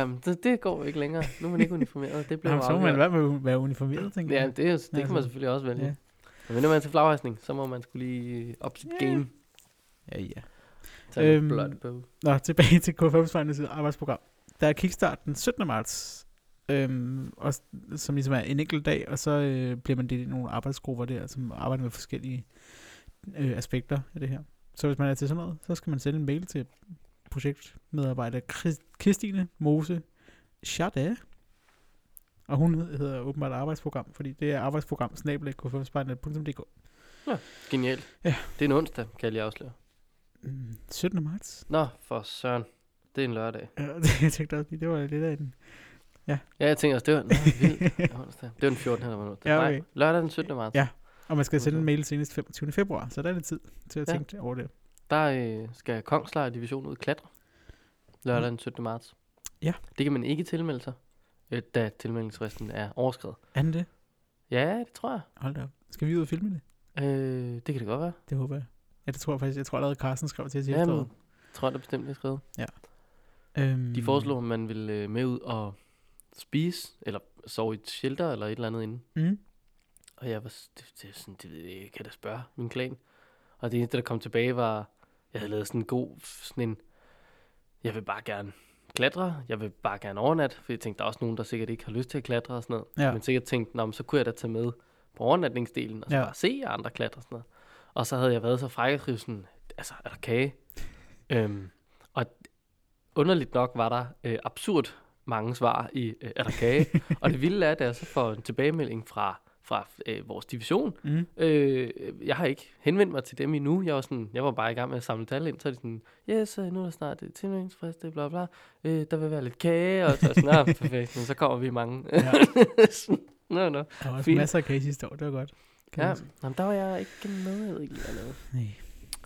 A: um, det, det, går ikke længere. Nu er man ikke uniformeret. Det bliver
B: Jamen, så må
A: afgjort.
B: man være, med, være uniformeret, tænker
A: Ja,
B: jeg.
A: det, er jo- det kan
B: Altså,
A: man selvfølgelig også vælge.
B: ja.
A: Ja. Men når man er til flaghejsning, så må man skulle lige op sit
B: Ja.
A: game.
B: Ja, ja.
A: Tage
B: Øhm,
A: øhm, blot på.
B: Nå, (laughs) tilbage til KFM's fremtidige arbejdsprogram. Der er kickstart den 17. marts, øhm, og, s- som ligesom er en enkelt dag, og så øh, bliver man delt i nogle arbejdsgrupper der, som arbejder med forskellige øh, aspekter af det her. Så hvis man er til sådan noget, så skal man sende en mail til projektmedarbejder Chris- Christine Mose Chardé. Og hun hed- hedder åbenbart arbejdsprogram, fordi det er arbejdsprogram snabel
A: Genialt.
B: Ja.
A: Det er en onsdag, kan jeg lige afsløre.
B: 17. Mm, marts.
A: Nå, for søren. Det er en lørdag.
B: Ja, (laughs) det, jeg tænkte også lige, det var lidt af en...
A: Ja, jeg tænker også, det var, nå, vildt. Det var onsdag. Det var den 14. eller hvornår. Det
B: Ja,
A: var
B: okay.
A: nej, Lørdag den 17. marts.
B: Ja. Og man skal sende en
A: Okay.
B: mail senest 25. februar, så der er lidt tid til at
A: Ja.
B: tænke over det.
A: Der øh, skal Kongslejr Division ud og klatre. Lørdag den 17. marts.
B: Mm. Ja.
A: Det kan man ikke tilmelde sig, øh, da tilmeldingsfristen er overskrevet.
B: Er den det?
A: Ja, det tror jeg.
B: Hold da op. Skal vi ud og filme det?
A: Øh, det kan det godt være.
B: Det håber jeg. Ja, det tror jeg faktisk. Jeg tror allerede, Carsten skrev til os i
A: Jamen,
B: efteråret.
A: tror jeg, der bestemt er skrevet.
B: Øhm,
A: De foreslog, at man ville øh, med ud og spise, eller sove i et shelter, eller et eller andet inde.
B: Mm,
A: Og jeg var s- det, det, er sådan, det ved jeg ikke, kan da spørge min klan. Og det eneste, der kom tilbage, var, jeg havde lavet sådan en god, sådan en, jeg vil bare gerne klatre, jeg vil bare gerne overnatte, for jeg tænkte, der er også nogen, der sikkert ikke har lyst til at klatre og sådan noget.
B: Ja.
A: Men sikkert tænkte, Nå, men så kunne jeg da tage med på overnatningsdelen, og så
B: Ja.
A: ja. bare se andre klatre og sådan noget. Og så havde jeg været så fræk at skrive sådan, altså, er der kage? øhm, og underligt nok var der øh, absurd mange svar i, øh, er der kage?
B: (laughs)
A: og det vilde er, at jeg så får en tilbagemelding fra, fra øh, vores division. (laughs)
B: mm.
A: Øh, jeg har ikke henvendt mig til dem endnu. Jeg var, sådan, jeg var bare i gang med at samle tal ind, så er de sådan, yes, øh, nu er der snart øh, tilmeldingsfrist, det er bla bla. Øh, der vil være lidt kage, og så er jeg sådan,
B: (laughs)
A: "Nå, perfekt, men så kommer vi mange.
B: Ja.
A: Sådan, Nå, nå.
B: Der var også
A: Fint.
B: masser af case sidste år. Det var godt. Kan
A: Ja,
B: man sige.
A: jamen, der var jeg ikke med, jeg ved ikke, hvad jeg lavede.
B: Nej.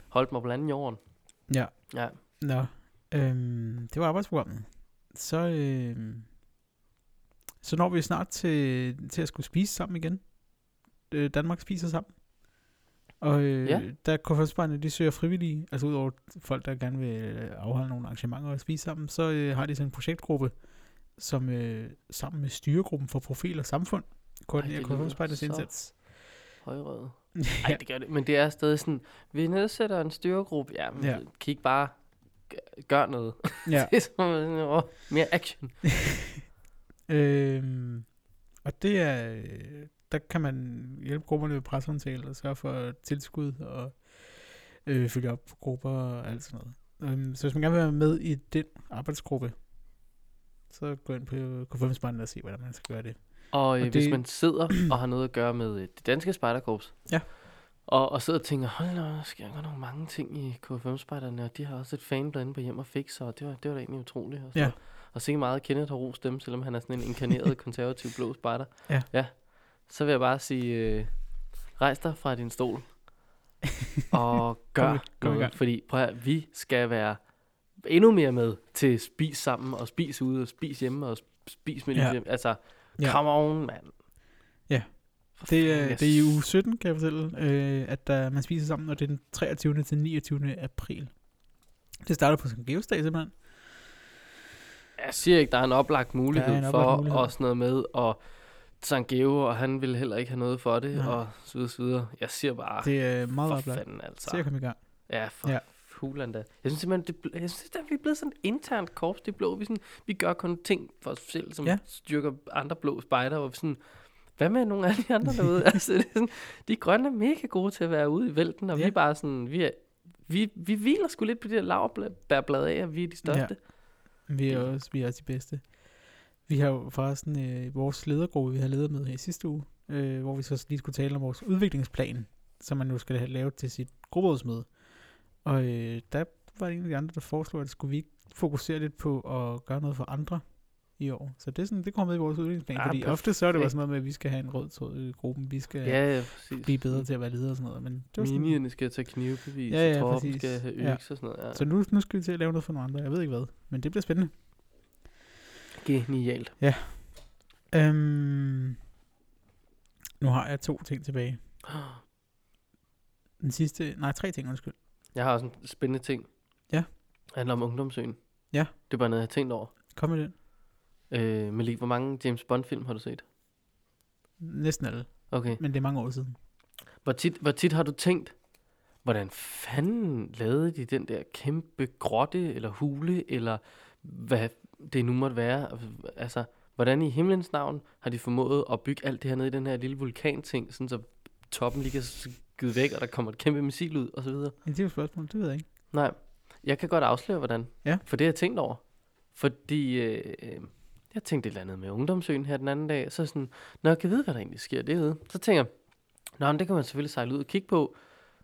A: Holdt mig på landen jorden.
B: Ja.
A: Ja,
B: Nå. Øhm, det var arbejdsprogrammet. Så, øhm, så når vi jo snart til, til at skulle spise sammen igen. Øh, Danmark spiser sammen. Og øh,
A: Ja.
B: ja. der konferencebejerne, de søger frivillige, altså udover folk, der gerne vil øh, afholde nogle arrangementer og spise sammen, så øh, har de sådan en projektgruppe, som øh, sammen med styregruppen for profil og samfund, koordinerer
A: lyder
B: konferencebejdernes
A: så-
B: indsats.
A: højrøde.
B: (laughs) Ja.
A: Nej, det gør det. Men det er stadig sådan, vi nedsætter en styregruppe. Ja, men
B: Ja.
A: ja. kan I ikke bare g- gøre noget?
B: ja.
A: (laughs) det er som, om, sådan, åh, mere action.
B: Øhm, og det er, øh, der kan man hjælpe grupperne ved pressehåndtale og sørge for tilskud og øh, følge op på grupper og alt sådan noget. Øhm, så hvis man gerne vil være med i den arbejdsgruppe, så gå ind på konfirmationsbrænden og se, hvordan man skal gøre det.
A: Og, øh,
B: Og
A: hvis
B: det-
A: man sidder og har noget at gøre med øh, det danske spejderkorps,
B: Ja.
A: og, og sidder og tænker, hold da, op, der sker godt nok mange ting i KFM-spejderne, og de har også et fanblad inde på hjem og fix, og det var, det var da egentlig utroligt. Og, så.
B: Ja.
A: og sikkert meget, at Kenneth har rost dem, selvom han er sådan en
B: (laughs)
A: inkarneret konservativ blå spejder.
B: Ja.
A: ja. Så vil jeg bare sige, øh, rejs dig fra din
B: (laughs)
A: stol, og gør
B: Kom i- kom i
A: noget.
B: gang.
A: Fordi prøv at, høre, vi skal være endnu mere med til spis sammen, og spis ude, og spis hjemme, og spis med
B: Ja.
A: ja. hjemme. Altså,
B: Ja.
A: ja. come on, mand.
B: Ja.
A: For
B: Det
A: fanden,
B: er,
A: jeg
B: det er i uge 17, kan jeg fortælle, øh, at der, man spiser sammen, og det er den 23. til 29. april. Det starter på St. Geosdag simpelthen.
A: Jeg siger ikke, der er en oplagt mulighed
B: Der er en
A: en
B: oplagt
A: for
B: mulighed.
A: mulighed. og sådan noget med, og Sankt Geo, og han ville heller ikke have noget for det,
B: Nej.
A: og så videre, så videre. Jeg siger bare,
B: Det er meget
A: Ah, for
B: oplagt.
A: fanden altså.
B: Så jeg kom i gang.
A: Ja, for
B: Ja.
A: ja. hulen da. Jeg synes simpelthen, det, bl- jeg synes, at vi er blevet sådan et internt korps, det blå. Vi, sådan, vi gør kun ting for os selv, som
B: Ja.
A: ja. styrker andre blå spejder, hvor vi sådan, hvad med nogle af de andre derude? (laughs) altså, det er sådan, de grønne er mega gode til at være ude i vælten, og ja.
B: Ja.
A: vi er bare sådan, vi er, vi, vi hviler sgu lidt på det der lavbærblad af, at vi er de største.
B: Vi er
A: Det-
B: også, vi er også de bedste. Vi har jo forresten øh, vores ledergruppe, vi har leder med her i sidste uge, øh, hvor vi så lige skulle tale om vores udviklingsplan, som man nu skal have lavet til sit grupperådsmøde. Og øh, der var det en af de andre, der foreslog, at skulle vi ikke fokusere lidt på at gøre noget for andre i år. Så det, er sådan, det kommer med i vores udviklingsplan,
A: Ah,
B: ah, fordi
A: perfekt.
B: ofte så er det jo sådan noget med, at vi skal have en rød tråd i gruppen, vi skal
A: Ja, ja, præcis. Mm.
B: blive bedre til at være ledere og sådan noget. Men det var sådan,
A: Minierne skal tage knivbevis,
B: Ja,
A: ja,
B: ja,
A: ja, Torben
B: præcis.
A: skal have økse
B: Ja.
A: og sådan noget. Ja.
B: så nu, nu skal vi til at lave noget for nogle andre, jeg ved ikke hvad, men det bliver spændende.
A: Genialt.
B: Øhm, nu har jeg to ting tilbage. Den sidste, nej tre ting, undskyld.
A: Jeg har også en spændende ting.
B: Ja.
A: Det handler om ungdomsøen.
B: Ja.
A: Det er bare noget, jeg har tænkt over.
B: Kom med den.
A: Øh, men hvor mange James Bond-film har du set?
B: Næsten alle,
A: Okay.
B: men det er mange år siden.
A: Hvor tit, hvor tit har du tænkt, hvordan fanden lavede de den der kæmpe grotte, eller hule, eller hvad det nu måtte være? Altså, hvordan i himlens navn har de formået at bygge alt det her ned i den her lille vulkanting, sådan så toppen lige kan skyde væk, og der kommer et kæmpe missil ud, og så videre?
B: Men det er jo et spørgsmål, det ved jeg ikke.
A: Nej, jeg kan godt afsløre, hvordan.
B: Ja.
A: For det har jeg tænkt over. Fordi øh, øh, jeg tænkte et eller andet med ungdomsøen her den anden dag, så sådan, når jeg kan vide, hvad der egentlig sker derude, så tænker jeg, nå, men det kan man selvfølgelig sejle ud og kigge på.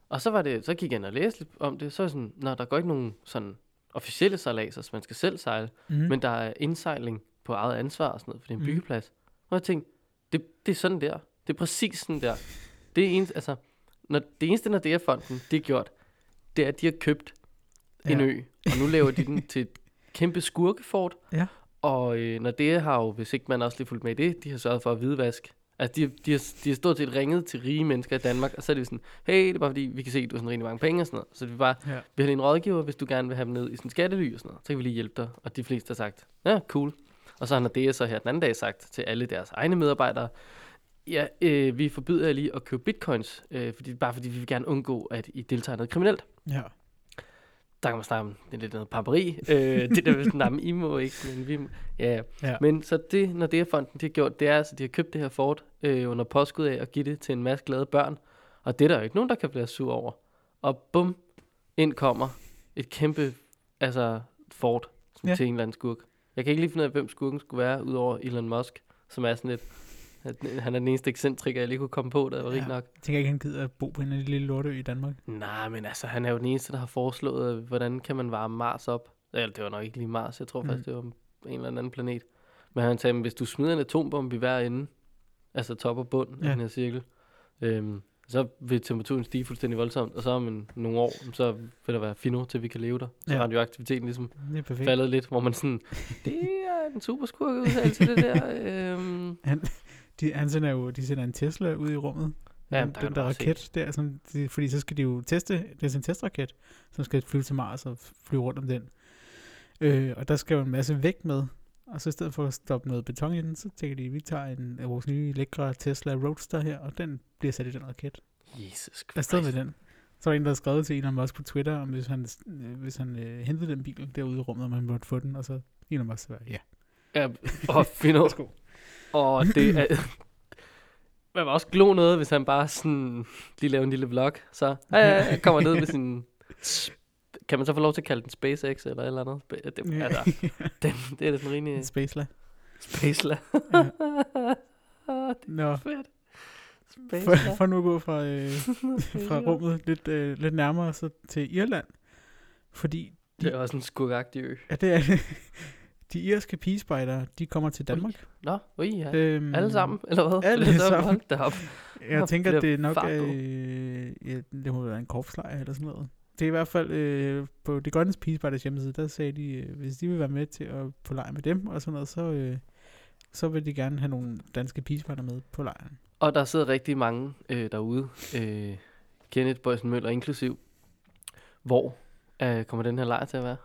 A: Og så, var det, så gik jeg ind og læste lidt om det, så er jeg sådan, nå, der går ikke nogen sådan officielle sejladser, så man skal selv sejle,
B: Mm.
A: mm. men der er indsejling på eget ansvar og sådan noget, for det er en
B: Mhm.
A: byggeplads. Og jeg tænkte, det, det er sådan der. Det er præcis sådan der. Det, er ens, altså, når, det eneste, når det er fonden, det er gjort, det er, at de har købt en
B: Ja.
A: ø, og nu laver de
B: (laughs)
A: den til et kæmpe skurkefort.
B: Ja.
A: Og øh, når det har jo, hvis ikke man også lige fulgt med i det, de har sørget for at hvidvask. Altså, de, de, har, de har stort set ringet til rige mennesker i Danmark, og så er det sådan, hey, det er bare fordi, vi kan se, at du har sådan rigtig mange penge og sådan noget. Så vi bare,
B: Ja.
A: vi har lige en rådgiver, hvis du gerne vil have dem ned i sådan en skattely og sådan noget, så kan vi lige hjælpe dig. Og de fleste har sagt, ja, cool. Og så har Nordea så her den anden dag sagt til alle deres egne medarbejdere, ja, øh, vi forbyder jer lige at købe bitcoins, øh, fordi, bare fordi vi vil gerne undgå, at I deltager i noget kriminelt
B: ja.
A: der kan man snakke om, det er lidt noget pamperi. øh, det der, hvis nej, men I må ikke, men vi må. Ja.
B: Ja.
A: ja. Men så det, når det er fonden, de har gjort, det er altså, de har købt det her fort øh, under påskud af at give det til en masse glade børn. Og det er der jo ikke nogen, der kan blive sur over. Og bum, ind kommer et kæmpe altså, fort som
B: Ja.
A: ja. til en eller anden skurk. Jeg kan ikke lige finde ud af, hvem skurken skulle være, udover Elon Musk, som er sådan lidt, at han er den eneste ekscentriker, jeg lige kunne komme på, der var ja.
B: Ja.
A: rigtig nok.
B: Jeg tænker ikke, han gider at bo på en af de lille lorteø i Danmark.
A: Nej, men altså, han er jo den eneste, der har foreslået, øh, hvordan kan man varme Mars op? Eller det var nok ikke lige Mars, jeg tror
B: Mm.
A: mm. faktisk, det var en eller anden planet. Men han sagde, at hvis du smider en atombombe i hver ende, altså top og bund ja.
B: Ja.
A: af den her cirkel, øhm, så vil temperaturen stige fuldstændig voldsomt, og så om en, nogle år, så vil der være fino til, vi kan leve der. Så
B: Ja.
A: ja. radioaktiviteten ligesom
B: Det er perfekt.
A: faldet lidt, hvor man sådan, det er en superskurke udtalelse, det der. Øhm,
B: De, han sender jo, de sender en Tesla ud i rummet.
A: Ja,
B: den,
A: men der kan
B: den
A: du
B: der
A: bare se.
B: raket der, som de, fordi så skal de jo teste, det er sådan en testraket, som skal flyve til Mars og flyve rundt om den. Øh, og der skal jo en masse vægt med, og så i stedet for at stoppe noget beton i den, så tænker de, at vi tager en af vores nye lækre Tesla Roadster her, og den bliver sat i den raket.
A: Jesus
B: Afsted med
A: Christ.
B: den. Så er der en, der har skrevet til Elon Musk på Twitter, om hvis han, øh, hvis han øh, hentede den bil derude i rummet, om han måtte få den, og så Elon Musk sagde, ja.
A: Ja, og fino.
B: Værsgo.
A: Og det er...
B: (clears throat)
A: Man var også glo noget, hvis han bare sådan lige lavede en lille vlog. Så øh, kommer ned med sin... Kan man så få lov til at kalde den SpaceX eller et eller andet? Spa- Det,
B: Ja.
A: altså, det, det er da sådan en
B: En (laughs)
A: rimelig
B: Spacela.
A: Spacela.
B: Ja.
A: det
B: Nå,
A: er (laughs) fedt. Spacela.
B: for, for nu at gå fra,
A: (laughs)
B: øh, (laughs) fra
A: Spacela.
B: rummet lidt, øh, lidt nærmere så til Irland. Fordi,
A: Det er også en skurkagtig ø.
B: ja, det er (laughs) de irske pigespejdere, de kommer til Danmark.
A: Nå, ui, ja.
B: Øhm,
A: Alle sammen, eller hvad? (laughs)
B: alle
A: Hold da
B: sammen.
A: Hold da op.
B: Jeg
A: Nå,
B: tænker,
A: bliver
B: at det nok
A: fart
B: er,
A: på.
B: øh, ja, det må være en korpslejr eller sådan noget. Det er i hvert fald øh, på det grønne pigespejders hjemmeside, der sagde de, øh, hvis de vil være med til at på lejr med dem og sådan noget, så, øh, så vil de gerne have nogle danske pigespejder med på lejren.
A: Og der sidder rigtig mange øh, derude, øh, Kenneth Bøjsen Møller inklusiv. Hvor øh, kommer den her lejr til at være?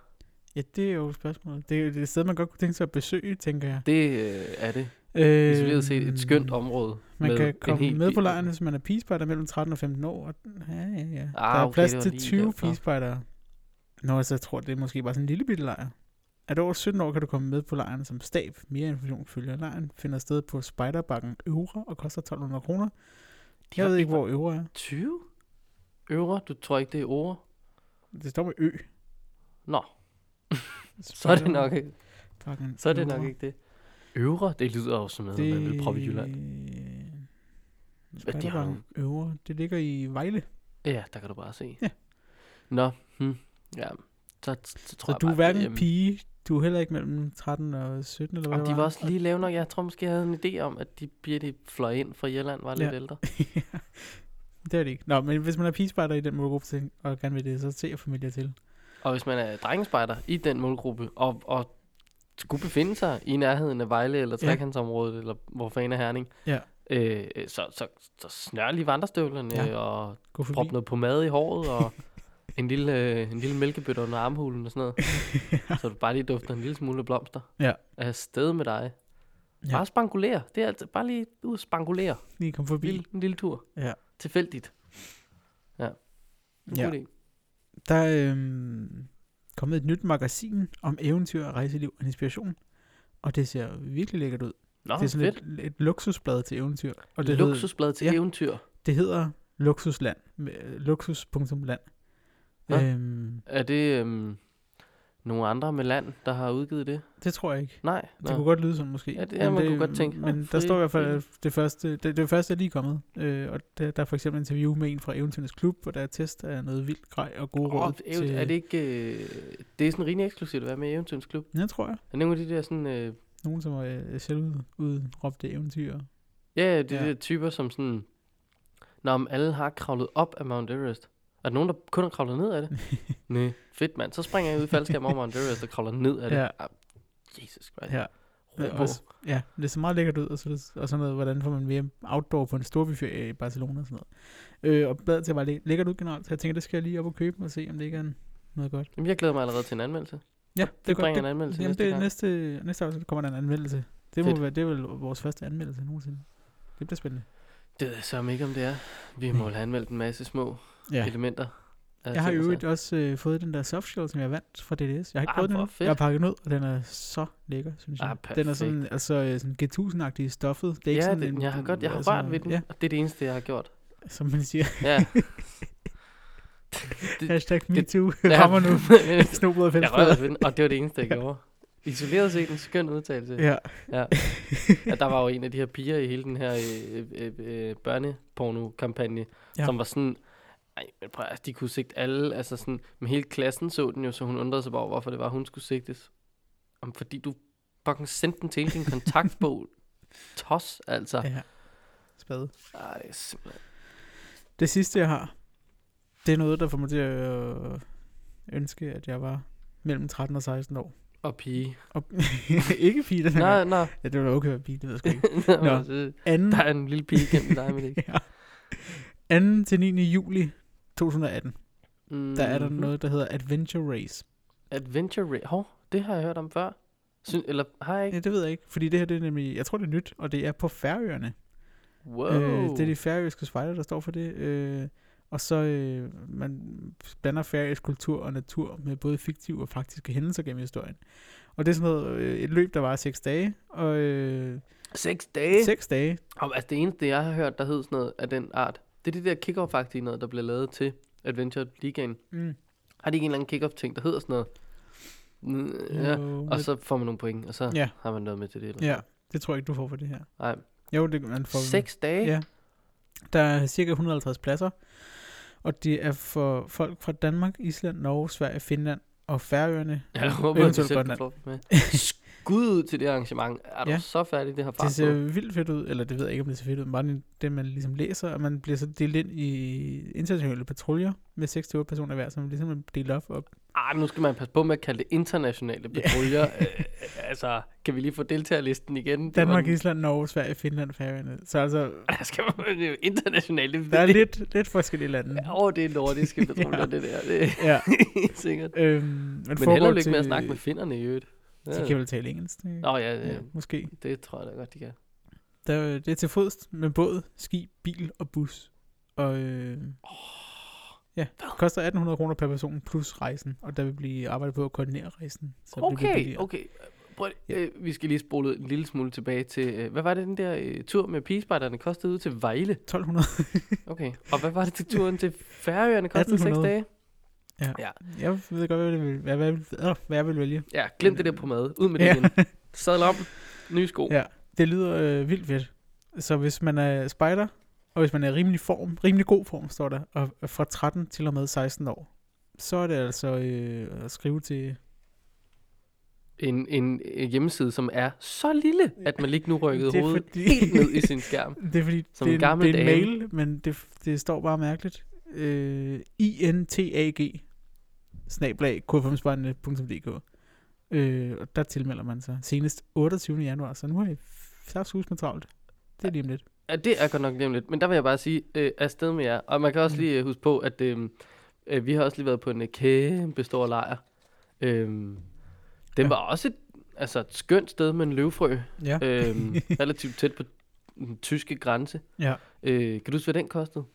B: Ja, det er jo spørgsmålet. Det er jo det sted, man godt kunne tænke sig at besøge, tænker jeg.
A: Det øh, er det.
B: Øh,
A: Isoleret set et skønt område.
B: Man
A: med
B: kan
A: en
B: komme
A: hel
B: med på
A: del-
B: lejren, hvis man er pigespejder mellem 13 og 15 år. Og, ja, ja, ja.
A: Ah,
B: der er
A: okay,
B: plads
A: det var
B: til
A: lige
B: 20
A: derfor.
B: pigespejdere. Nå, altså, jeg tror, det er måske bare sådan en lille bitte lejr. Er du over 17 år, kan du komme med på lejren som stab. Mere information følger lejren. Finder sted på Spejderbakken Øvre og koster 1200 kroner.
A: De
B: Jeg
A: har
B: ved ikke, hvor Øvre er.
A: 20 øre? Du tror ikke, det er øre?
B: Det står med Ø. (laughs)
A: Nå, så er det nok, ikke-
B: Spejderbakken
A: så er det nok
B: Øvre.
A: ikke det. Øre, det lyder jo som noget, man vil proppe i Jylland. Hvad, det har
B: Spejderbakken Øvre. Det ligger i Vejle.
A: Ja, der kan du bare se.
B: Ja.
A: Nå, hm, ja. så, så tror
B: Så
A: jeg
B: du er
A: bare,
B: hverken
A: øhm,
B: pige, du er heller ikke mellem 13 og 17, eller hvad
A: Om
B: det
A: de var også lige lave nok. Jeg tror måske, jeg havde en idé om, at de piger, de fløj ind fra Irland, var lidt
B: Ja.
A: ældre.
B: (laughs) det er det ikke. Nå, men hvis man er pigespejder i den målgruppe, så- og gerne vil det, så ser jeg familier til.
A: Og hvis man er drengespejder i den målgruppe, og, og skulle befinde sig i nærheden af Vejle eller
B: Ja.
A: Trekantsområdet, eller hvor fanden er Herning,
B: Ja.
A: øh, øh, så, så, så snør lige vandrestøvlerne,
B: Ja.
A: ja. og
B: Gå forbi.
A: prop noget pomade i håret, og (laughs) en lille, øh, en lille mælkebøtte under armhulen og sådan noget.
B: (laughs)
A: Så du bare lige dufter en lille smule af blomster.
B: Ja.
A: Er sted med dig.
B: Ja.
A: Ja. Bare spankulere. Det er altså bare lige ud og spankulere.
B: Lige kom
A: En
B: forbi.
A: lille, en lille tur.
B: Ja.
A: Tilfældigt. Ja. En
B: Ja.
A: god idé.
B: Der er øhm, kommet et nyt magasin om eventyr, rejseliv og inspiration. Og det ser virkelig lækkert ud.
A: Nå,
B: det er sådan
A: fedt.
B: et, et luksusblad til eventyr. Og det, Hed,
A: Luksusblad til
B: ja.
A: ja. eventyr.
B: det hedder Luksusland. med, øh, Luksus.land.
A: Nå.
B: Øhm,
A: Er det øhm, nogle andre med land, der har udgivet det?
B: det tror jeg ikke.
A: Nej.
B: Det kunne godt lyde sådan måske.
A: Ja, det- ja,
B: Men
A: man kunne godt tænke,
B: Men
A: "Nå, fri-
B: der står i hvert fald,
A: fri."
B: at det første, det, det første er lige kommet. Øh, og der, der er for eksempel en interview med en fra Eventyrens Klub, hvor der er test af noget vildt grej og gode
A: Oh,
B: råd til...
A: er det ikke... Øh, det er sådan rimelig eksklusivt at være med i Eventyrens Klub.
B: Ja, tror jeg.
A: Er nogle af de der sådan... Øh,
B: Nogen, som er øh, selv ud, udråbte eventyr.
A: ja, ja, de
B: Ja.
A: ja. der typer, som sådan... Når om alle har kravlet op af Mount Everest. Er der nogen, der kun har kravlet ned af
B: (laughs)
A: det? Nej. Fedt, mand. Så springer jeg ud i faldskærm over Mount Everest og kravler ned af det.
B: Ja.
A: Ah, Jesus Christ.
B: Ja.
A: Ro
B: Ja, altså,
A: på.
B: også- Ja, det ser meget lækkert ud, og, så, det- og sådan noget, hvordan får man mere outdoor på en storbyferie i Barcelona og sådan noget. Øh, og bladet ser bare læ- lækkert ud generelt, så jeg tænker, det skal jeg lige op og købe og se, om det ikke er en, noget godt.
A: Jamen, jeg glæder mig allerede til en anmeldelse.
B: Ja,
A: Det
B: er godt.
A: bringer en anmeldelse
B: Jamen,
A: næste
B: det er
A: gang.
B: næste, næste afsnit kommer der en anmeldelse. Det, må
A: Fedt.
B: være, det er vel vores første anmeldelse nogensinde. Det bliver spændende.
A: Det ved jeg så ikke, om det er. Vi må jo have anmeldt en masse små ja. elementer. Altså, af
B: Jeg har
A: ting
B: jo
A: og
B: øvrigt
A: sager.
B: også øh, fået den der softshell, som jeg vandt fra DDS. Jeg har ikke
A: Ah,
B: prøvet den
A: hvor
B: endnu.
A: fedt.
B: Jeg har pakket den ud, og den er så lækker, synes jeg.
A: Ah,
B: den er sådan, altså, øh, sådan G1000-agtig i stoffet. Det er ikke
A: Ja,
B: sådan
A: det,
B: en,
A: jeg har godt, jeg har
B: altså,
A: rørt ved den,
B: Ja,
A: ja. og det er det eneste, jeg har gjort.
B: som man
A: (laughs)
B: siger. (laughs)
A: Ja. Det- (laughs)
B: Hashtag
A: det-
B: MeToo kommer nu. (laughs) Snobrød og
A: jeg
B: fællesbrød.
A: rørte ved den, og det var det eneste, jeg gjorde. Isoleret set en skøn udtalelse. Ja.
B: Ja,
A: Der var jo en af de her piger i hele den her øh, øh, øh, børneporno-kampagne,
B: Ja.
A: ja. som var sådan, ej, men prøv, at- altså, de kunne sigte alle, altså sådan, men hele klassen så den jo, så hun undrede sig bare, over, hvorfor det var, hun skulle sigtes. Om, fordi du fucking sendte den til hele din kontaktbog.
B: (laughs)
A: Tos, altså.
B: ja. Spade.
A: Ej, simpelthen.
B: Det sidste, jeg har, det er noget, der får mig til at øh, ønske, at jeg var mellem 13 og 16 år.
A: Og
B: (laughs)
A: pige.
B: Og ikke pige, den her
A: Nå,
B: gang.
A: nå.
B: Ja, det var da okay at være pige, det ved jeg sgu
A: (laughs)
B: ikke. Nå.
A: Nå. så-
B: Anden,
A: Der er en lille pige gennem dig,
B: (laughs)
A: men ikke.
B: ja. Anden til 9. juli 2018,
A: Mm.
B: der er der noget, der hedder Adventure Race.
A: Adventure Race. Hov, det har jeg hørt om før. Syn, eller har jeg
B: Ja,
A: ikke?
B: det ved jeg ikke, fordi det her det er nemlig, jeg tror det er nyt, og det er på Færøerne.
A: Wow.
B: Øh, det er de færøske spejder, der står for det. Øh, og så øh, man blander færøsk kultur og natur med både fiktive og faktiske hændelser gennem historien. Og det er sådan noget, øh, et løb, der var seks dage, og øh,
A: Seks dage. Sek-
B: seks dage,
A: og, altså, det eneste, jeg har hørt, der hed sådan noget af den art, det er det der kick-off faktisk noget, der blev lavet til Adventure Ligaen.
B: mm,
A: Har de ikke en eller anden kick-off ting, der hedder sådan noget? Mm, Ja.
B: jo,
A: Og
B: Øh, lidt-
A: så får man nogle point, og så
B: Ja.
A: ja. har man noget med til det. Eller?
B: ja, det tror jeg ikke, du får for det her.
A: Nej.
B: Jo, det man får.
A: Seks dage?
B: Ja. Der er cirka 150 pladser, og det er for folk fra Danmark, Island, Norge, Sverige, Finland og Færøerne.
A: Jeg håber, at du
B: Eventuelt
A: selv
B: Grønland.
A: får
B: (laughs)
A: med. Skud ud til det arrangement. Er du
B: Ja.
A: ja. så færdig, det har
B: Det
A: fart
B: ser
A: på?
B: vildt fedt ud, eller det ved jeg ikke, om det ser fedt ud, men bare det- det, man ligesom læser, og man bliver så delt ind i internationale patruljer med 6-8 personer hver, som ligesom er delt op. Og
A: Ej, men nu skal man passe på med at kalde det internationale
B: (laughs)
A: patruljer. øh, altså, kan vi lige få deltagerlisten igen? Det
B: Danmark,
A: var,
B: Island, Norge, Sverige, Finland, Færøerne.
A: (laughs)
B: Så altså,
A: der (laughs) skal man det er jo internationale. Det,
B: der er
A: det,
B: lidt, lidt forskellige lande.
A: Åh, det er
B: (laughs)
A: nordiske patruljer, det der. Det
B: Ja.
A: er (laughs) sikkert.
B: Øhm, men
A: Men held
B: foregår
A: og lykke med at
B: til-
A: snakke med finnerne i øvrigt. Ja.
B: De kan vel tale engelsk. Det,
A: Nå ja, ja,
B: ja, måske.
A: det tror jeg da godt, de kan.
B: Der, det er til fods med båd, ski, bil og bus. Og øh, ja, det koster 1800 kroner per person plus rejsen, og der vil blive arbejdet på at koordinere rejsen. Så det bliver
A: Okay,
B: billigere.
A: okay. Prøv,
B: Ja.
A: ja. øh, vi skal lige spole en lille smule tilbage til, øh, hvad var det den der øh, tur med pigespejderne kostede ud til Vejle?
B: 1200.
A: Okay, og hvad var det til turen til Færøerne kostede 6
B: 1800.
A: dage?
B: Jeg ved godt, hvad, det vil, hvad, hvad, hvad, hvad jeg vil vælge.
A: Ja, glem det der på mad. Ud med det
B: Ja.
A: ja. igen. Sadel om, nye sko.
B: Ja. (laughs) Det lyder øh, vildt fedt. Så hvis man er spejder, øh, og hvis man er i rimelig form, rimelig god form, står der, og er fra 13 til og med 16 år, så er det altså øh, at skrive til...
A: En, en øh, hjemmeside, som er så lille, at man lige nu rykkede
B: Det er
A: hovedet
B: fordi-
A: helt ned i sin skærm.
B: Det er fordi,
A: Som
B: det,
A: en
B: er en,
A: gammel
B: det er en
A: dame.
B: mail, men det, det står bare mærkeligt. Øh, INTAG snablag kfmspejlene.dk øh, og der tilmelder man sig senest 28. januar, så nu har jeg saftsus med travlt. Det er lige om lidt.
A: Ja, det er godt nok nemlig. Men der vil jeg bare sige, øh, afsted med jer. Og man kan også
B: Mm.
A: lige øh, huske på, at øh, øh, vi har også lige været på en øh, kæmpe stor lejr. Øh, den
B: Ja.
A: ja. var også et, altså et skønt sted med en løvfrø.
B: (laughs) Ja.
A: Øh, relativt tæt på den tyske grænse.
B: Ja.
A: Øh, kan du huske, hvad den kostede?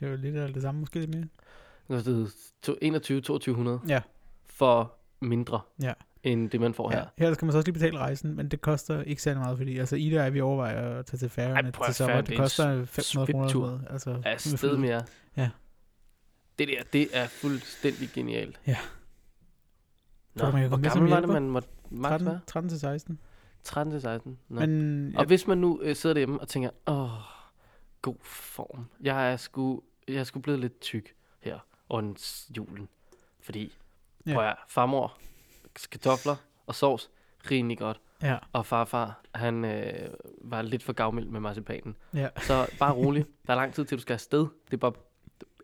B: Det er jo lidt af det samme måske lidt mere.
A: Den kostede to- 21-2200
B: Ja.
A: for mindre
B: Ja.
A: end det, man får
B: Ja.
A: her.
B: Her skal man så også lige betale rejsen, men det koster ikke særlig meget, fordi altså Ida og jeg, vi overvejer at tage til
A: Ej,
B: færgerne
A: prøv at
B: til sommer.
A: færgen, det
B: Det
A: er en
B: koster 500 kroner.
A: spidtur.
B: eller noget, Altså, med
A: Afsted
B: flyet.
A: med jer.
B: (laughs) Ja.
A: Det der, det er fuldstændig genialt.
B: Ja.
A: Nå,
B: Tror du, man kan
A: hvor
B: komme med som
A: gammel var det,
B: hjælper?
A: man måtte max
B: 13,
A: være?
B: 13 til 16.
A: 13 til 16. Nå. Men,
B: Men,
A: og hvis man nu øh, sidder derhjemme og tænker, åh, god form. Jeg er sgu, jeg er sgu blevet lidt tyk her under s- julen. Fordi,
B: Ja.
A: ja. prøv at, høre, farmor, kartofler og sovs, rimelig godt.
B: ja,
A: Og farfar, han øh, var lidt for gavmild med marcipanen.
B: ja,
A: Så bare rolig. Der er lang tid til, du skal afsted. Det er bare,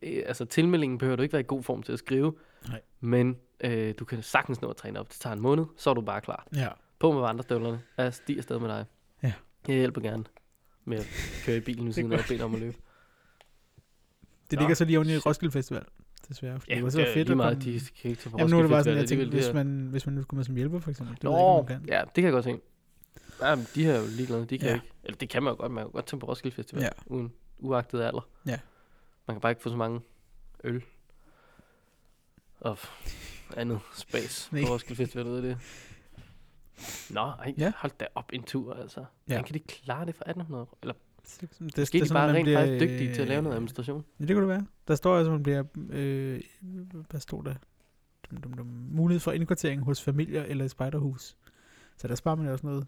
A: øh, altså tilmeldingen behøver du ikke være i god form til at skrive.
B: Nej.
A: Men øh, du kan sagtens nå at træne op. Det tager en måned, så er du bare klar.
B: ja.
A: På med vandrestøvlerne. Jeg stiger afsted med dig.
B: Ja.
A: Jeg hjælper gerne med at køre i bilen ved siden af og bede dig om at
B: (laughs)
A: løbe.
B: Det
A: Nå,
B: ligger så lige oven i
A: shit.
B: Roskilde Festival, desværre. Fordi
A: Ja,
B: det var
A: det
B: så
A: er
B: fedt
A: lige
B: at
A: meget,
B: komme...
A: de kan ikke tage på
B: Jamen nu er det bare
A: Roskilde
B: sådan, jeg
A: Festival,
B: tænkte,
A: det er
B: hvis
A: vel det
B: man, hvis man nu skulle med som hjælper, for eksempel. Det ved jeg
A: her.
B: ikke, om man
A: Nå, ja, det kan jeg godt se. Ja, men de her er jo ligeglade, de kan ja.
B: Ja.
A: ikke. Eller det kan man jo godt, man kan godt tage på Roskilde Festival,
B: Ja.
A: ja. uden uagtet alder.
B: Ja.
A: Man kan bare ikke få så mange øl og f- andet space
B: (laughs) Nej.
A: på Roskilde Festival, ved det. Nå, ej,
B: Ja.
A: ja. hold da op en tur, altså. Ja.
B: Ja.
A: Hvordan kan de klare det for 1800 år? Eller
B: kan. Det, det,
A: måske de bare
B: man
A: rent bliver... faktisk
B: bliver,
A: dygtige til at lave noget
B: øh, (laughs)
A: administration.
B: Ja, det kunne det være. Der står altså, at man bliver... Øh, hvad stod der? Dum, dum, dum. Mulighed for indkvartering hos familier eller i spejderhus. Så der sparer man jo også noget.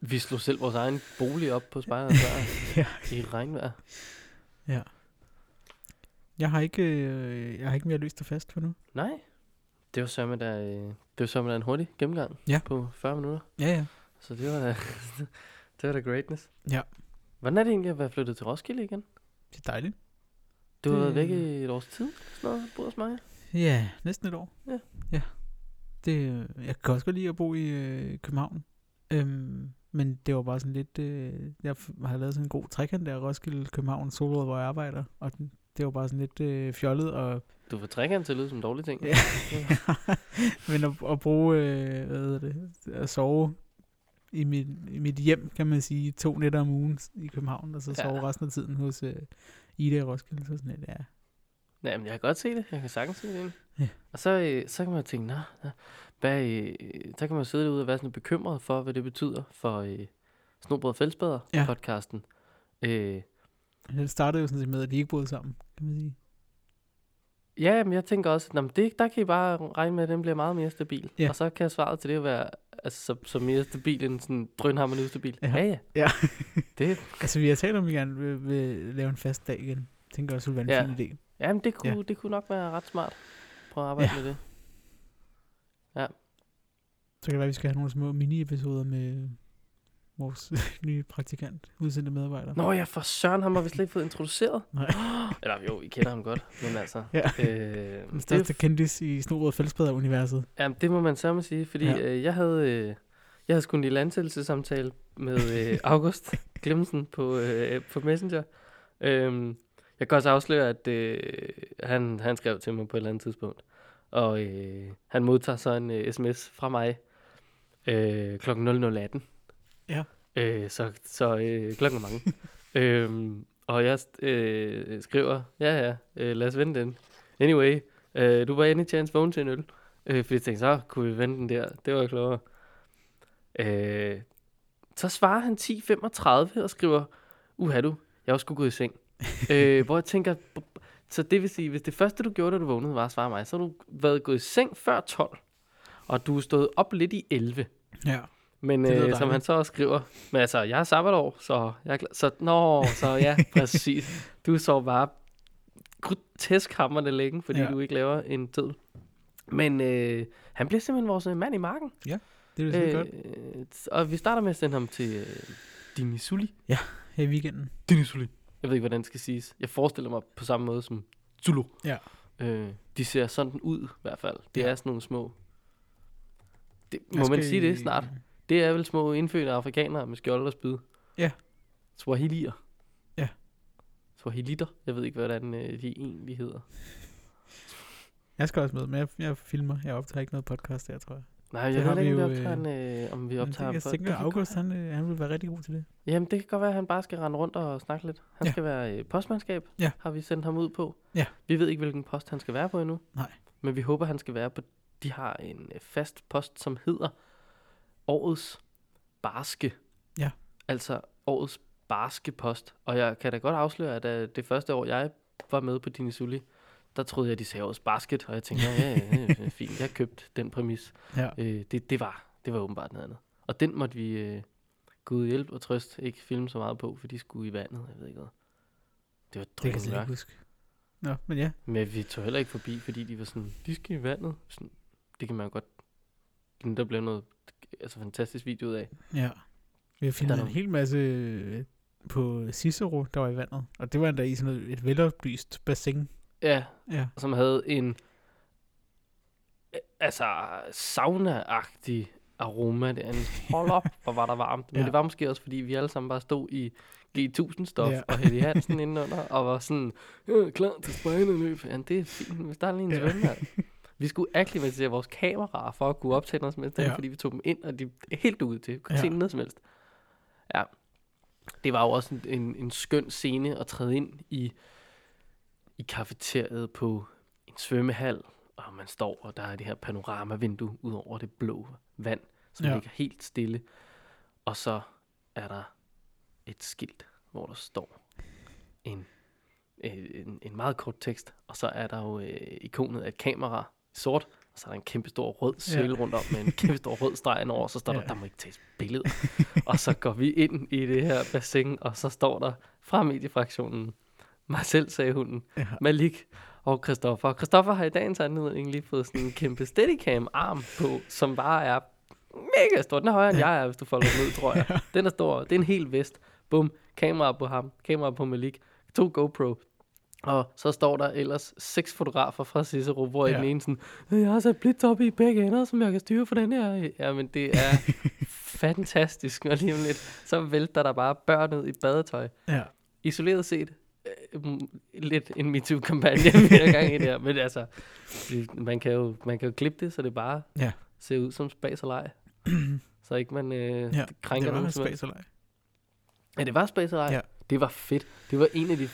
A: Vi slog selv vores egen bolig op på spejlet
B: (laughs) Ja.
A: (laughs) ja. i regnvejr.
B: Jeg har ikke, øh, jeg har ikke mere løst og fast for nu.
A: Nej, det var sørme der, øh, det var sørme der en hurtig gennemgang
B: Ja.
A: på 40 minutter.
B: Ja, ja.
A: Så det var da, (laughs) det var da greatness.
B: Ja.
A: Hvordan er det egentlig at være flyttet til Roskilde igen?
B: Det er dejligt.
A: Du har været
B: Det-
A: væk i et års tid, sådan noget, både hos mig.
B: Ja, næsten et år.
A: Ja.
B: ja. Det, øh, jeg kan også godt lide at bo i øh, København. Øhm, men det var bare sådan lidt... Øh, jeg f- har lavet sådan en god trekant der, Roskilde, København, Solrød, hvor jeg arbejder. Og den, det var bare sådan lidt øh, fjollet og (laughs)
A: Du får trækant til at lyde som en dårlig ting.
B: Ja. Men at, at bruge, øh, hvad hedder det, at sove i mit, i mit hjem, kan man sige, to nætter om ugen i København, og så
A: Ja.
B: sove resten af tiden hos øh, Ida i Roskilde, så sådan lidt, ja.
A: Nej, men jeg kan godt se det. Jeg kan sagtens se det. egentlig.
B: Ja.
A: Og så, øh, så kan man tænke, nå, nå hvad, øh, så kan man sidde derude og være sådan lidt bekymret for, hvad det betyder for øh, Snobrød og Fællesbader
B: Ja.
A: podcasten. Øh,
B: Det startede jo sådan set med, at de ikke boede sammen, kan man sige.
A: Ja, men jeg tænker også, at nå, men det, der kan I bare regne med, at den bliver meget mere stabil.
B: Ja.
A: Ja. Og så kan svaret til det jo være, altså, så, så mere stabil end sådan drønhammerende ustabil.
B: Ja.
A: Ja, ja.
B: Ja.
A: det,
B: Altså, vi har talt om, at vi gerne vil, vil lave en fast dag igen. Tænker også, det ville være en
A: Ja.
B: fin idé.
A: jamen, det, kunne,
B: Ja.
A: ja. det kunne nok være ret smart. Prøv at arbejde
B: Ja.
A: ja. med det.
B: Så kan det være, at vi skal have nogle små mini-episoder med vores (laughs) nye praktikant, udsendte medarbejder.
A: Nå ja, for Søren, ham har vi slet ikke fået introduceret. (gasps)
B: Nej.
A: Eller jo, I kender ham godt, men altså...
B: Ja.
A: Øh,
B: Den
A: det,
B: største kendis i Snorud og universet
A: jamen, det må man sammen sige, fordi
B: Ja.
A: ja. øh, jeg havde... Øh, jeg havde sgu en lille ansættelsessamtale med
B: (laughs)
A: øh, August Glemsen på, øh, på Messenger. Øhm, jeg kan også afsløre, at øh, han, han skrev til mig på et eller andet tidspunkt. Og øh, han modtager så en øh, sms fra mig øh, kl. 00.18.
B: Ja.
A: Øh, så så øh, klokken er
B: (laughs)
A: mange. øhm, og jeg øh, skriver, ja ja, øh, lad os vende den. Anyway, øh, du var any chance vågen til en øl. Øh, fordi jeg tænkte, så kunne vi vende den der. Det var klogere. Øh, så svarer han 10.35 og skriver, uha du, jeg er også gået i seng. øh, hvor jeg tænker, b- b- så det vil sige, hvis det første du gjorde, da du vågnede, var at svare mig, så har du været gået i seng før 12, og du er stået op lidt i 11.
B: Ja.
A: Men
B: Det lyder
A: øh, som
B: dejligt.
A: han så også skriver, men altså, jeg er
B: (laughs)
A: sabbatår, så jeg er glad. Så, nå, så ja, præcis. Du så bare tæskhammerne længe, fordi
B: Ja.
A: ja. du ikke laver en tid. Men øh, han bliver simpelthen vores øh, mand i marken.
B: Det er da øh, godt
A: Øh, og vi starter med at sende ham til øh, Dimisuli.
B: her i weekenden.
A: Dinisuli. Jeg ved ikke, hvordan det skal siges. Jeg forestiller mig på samme måde som Zulu.
B: Ja.
A: Øh, de ser sådan ud, i hvert fald. Det
B: Ja.
A: ja. er sådan nogle små... Det,
B: Jeg
A: må man
B: skal
A: sige
B: i-
A: det snart? Det er vel små indfødte afrikanere med skjold og spyd.
B: Ja.
A: Swahilier.
B: Ja.
A: Swahilitter. Jeg ved ikke, hvordan øh, de egentlig hedder.
B: Jeg skal også med, men jeg, jeg filmer. Jeg optager ikke noget podcast der, tror jeg.
A: Nej, jeg
B: Det
A: ved
B: har
A: ikke, om
B: vi
A: vi optager,
B: jo,
A: en, øh, om vi
B: Men
A: optager
B: jeg
A: for-
B: tænker,
A: Det kan
B: August,
A: godt-
B: han, øh, han vil være rigtig god til det.
A: Jamen, det kan godt være, at han bare skal rende rundt og snakke lidt. Han
B: Ja.
A: ja. skal være øh, postmandskab,
B: Ja.
A: har vi sendt ham ud på.
B: Ja.
A: Vi ved ikke, hvilken post han skal være på endnu.
B: Nej.
A: Men vi håber, han skal være på... De har en øh, fast post, som hedder Årets Barske.
B: Ja.
A: Altså Årets Barske Post. Og jeg kan da godt afsløre, at øh, det første år, jeg var med på Dinisulli, der troede jeg, de sagde Årets Basket, og jeg tænkte, ja, ja, ja, fint, jeg købte den præmis.
B: Ja.
A: Øh, det, det, var, det var åbenbart noget andet. Og den måtte vi, øh, Gud hjælp og trøst, ikke filme så meget på, for de skulle i vandet, jeg ved ikke hvad. Det var
B: Det kan jeg slet ikke
A: drømmørkt.
B: huske. Nå, men ja.
A: Men vi tog heller ikke forbi, fordi de var sådan, de skal i vandet. Sådan, det kan man godt, der blev noget altså, fantastisk video ud af.
B: ja. Vi har filmet en
A: nogle-
B: hel masse øh, på Cicero, der var i vandet. Og det var endda i sådan noget, et veloplyst bassin.
A: Ja,
B: Ja.
A: som havde en øh, altså sauna-agtig aroma derinde. Hold op, hvor var der varmt. Men
B: Ja.
A: ja. det var måske også, fordi vi alle sammen bare stod i G1000-stof
B: Ja.
A: ja. og Hedy Hansen indenunder, og var sådan, øh, klar til spejlerløb. Ja, det er fint, hvis der er lige en
B: Ja.
A: svømme her. Vi skulle akklimatisere vores kameraer for at kunne optage noget som helst,
B: Ja.
A: ja. fordi vi tog dem ind, og de er helt ude til. Vi kunne
B: Ja.
A: ja. se noget som helst. Ja. Det var jo også en, en, en skøn scene at træde ind i, i kafeteriet på en svømmehal, og man står, og der er det her panoramavindue ud over det blå vand, som
B: Ja.
A: ja. ligger helt stille. Og så er der et skilt, hvor der står en, øh, en, en meget kort tekst, og så er der jo øh, ikonet af et kamera i sort, og så er der en kæmpe stor rød søjle ja. rundt om med en kæmpe stor rød streg indover, og så står der,
B: Ja.
A: der må ikke tages billeder. og så går vi ind i det her bassin, og så står der fra mediefraktionen, Marcel sagde hunden,
B: (laughs) Ja.
A: (laughs) Malik og Christoffer. Christoffer har i dagens anledning lige fået sådan en kæmpe steadicam-arm på, som bare er mega stor. Den er højere end jeg er, hvis du folder den ud, tror jeg. Den er stor. Det er en hel vest. Bum. Kamera på ham. Kamera på Malik. To GoPro. Og så står der ellers seks fotografer fra Cicero, hvor
B: Ja.
A: ja. den ene sådan, "Øh, jeg har sat blitz op i begge ender, som jeg kan styre for den her. Jamen, det er fantastisk. Og lige om lidt, så vælter der bare børn ud i badetøj
B: Ja.
A: isoleret set øh, m- lidt en MeToo-kampagne, (laughs) vi har gang i der. Men altså, det- man kan, jo, man kan jo klippe det, så det bare
B: Ja.
A: ser ud som spas og
B: (clears throat)
A: leg. så ikke man øh,
B: Ja,
A: ja,
B: Det
A: krænker
B: var
A: nogen
B: en
A: som helst.
B: spaserlej.
A: Ja, det var spas og leg.
B: Ja.
A: Ja. Det var fedt. Det var en af de...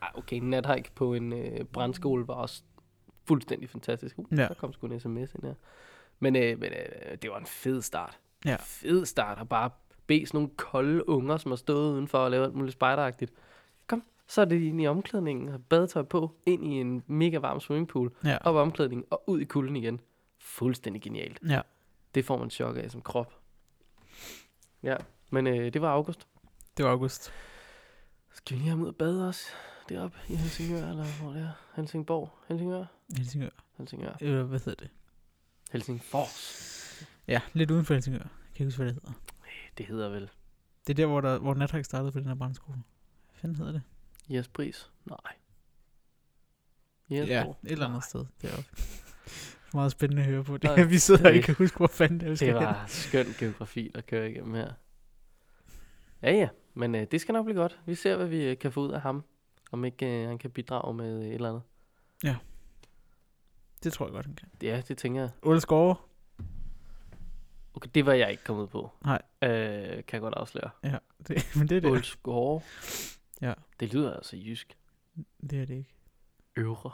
A: Ah, okay, nathike på en øh, brandskole var også fuldstændig fantastisk. Uh,
B: Ja.
A: ja. Der kom sgu en sms ind her. Men, øh, men øh, det var en fed start.
B: Ja.
A: Fed start at bare bede sådan nogle kolde unger, som har stået udenfor og lavet alt muligt spejderagtigt. Kom, så er det inde i omklædningen, har badetøj på, ind i en mega varm swimmingpool,
B: Ja.
A: op i omklædningen og ud i kulden igen. Fuldstændig genialt.
B: Ja.
A: Det får man chok af som krop. Ja, men øh, det var august.
B: Det var august.
A: Skal vi lige have ham ud og bade os deroppe i Helsingør, eller hvor det er? Helsingborg? Helsingør?
B: Helsingør.
A: Helsingør.
B: Øh, hvad hedder det?
A: Helsingfors.
B: Ja, lidt uden for Helsingør. Kan ikke huske, hvad det hedder.
A: Det hedder vel
B: Det er der, hvor, der, hvor Nathak startede på den her brandskole. Hvad fanden hedder det?
A: Jespris. Nej. Jesper.
B: ja, et eller andet sted
A: (laughs)
B: deroppe. Det er meget spændende at høre på. Det,
A: Nej,
B: (laughs) vi sidder og
A: det-
B: ikke kan huske, hvor fanden det er, vi skal
A: Det
B: hen.
A: var skøn geografi at køre igennem her. Ja, ja. Men øh, det skal nok blive godt. Vi ser, hvad vi øh, kan få ud af ham. Om ikke øh, han kan bidrage med øh, et eller andet.
B: Det tror jeg godt, han kan.
A: Ja, det tænker jeg.
B: Ole Skove.
A: Okay, det var jeg ikke kommet på.
B: Nej.
A: Øh, kan jeg godt afsløre.
B: Ja, det, (laughs) men det er det.
A: Ålsgårde.
B: Ja.
A: Det lyder altså jysk.
B: Det er det ikke.
A: Øvre.